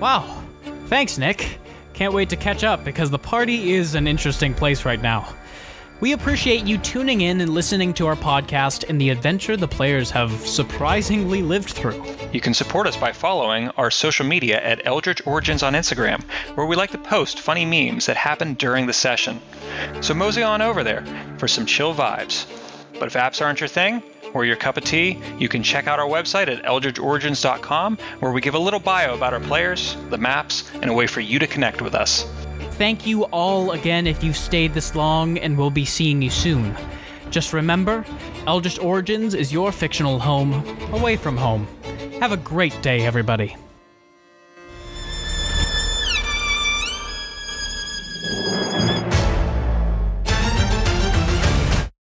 M: Wow. Thanks, Nick. Can't wait to catch up because the party is an interesting place right now. We appreciate you tuning in and listening to our podcast and the adventure the players have surprisingly lived through.
A: You can support us by following our social media at Eldritch Origins on Instagram, where we like to post funny memes that happen during the session. So mosey on over there for some chill vibes. But if apps aren't your thing, or your cup of tea, you can check out our website at eldritchorigins.com, where we give a little bio about our players, the maps, and a way for you to connect with us.
M: Thank you all again if you've stayed this long, and we'll be seeing you soon.
C: Just remember, Eldritch Origins is your fictional home, away from home. Have a great day, everybody.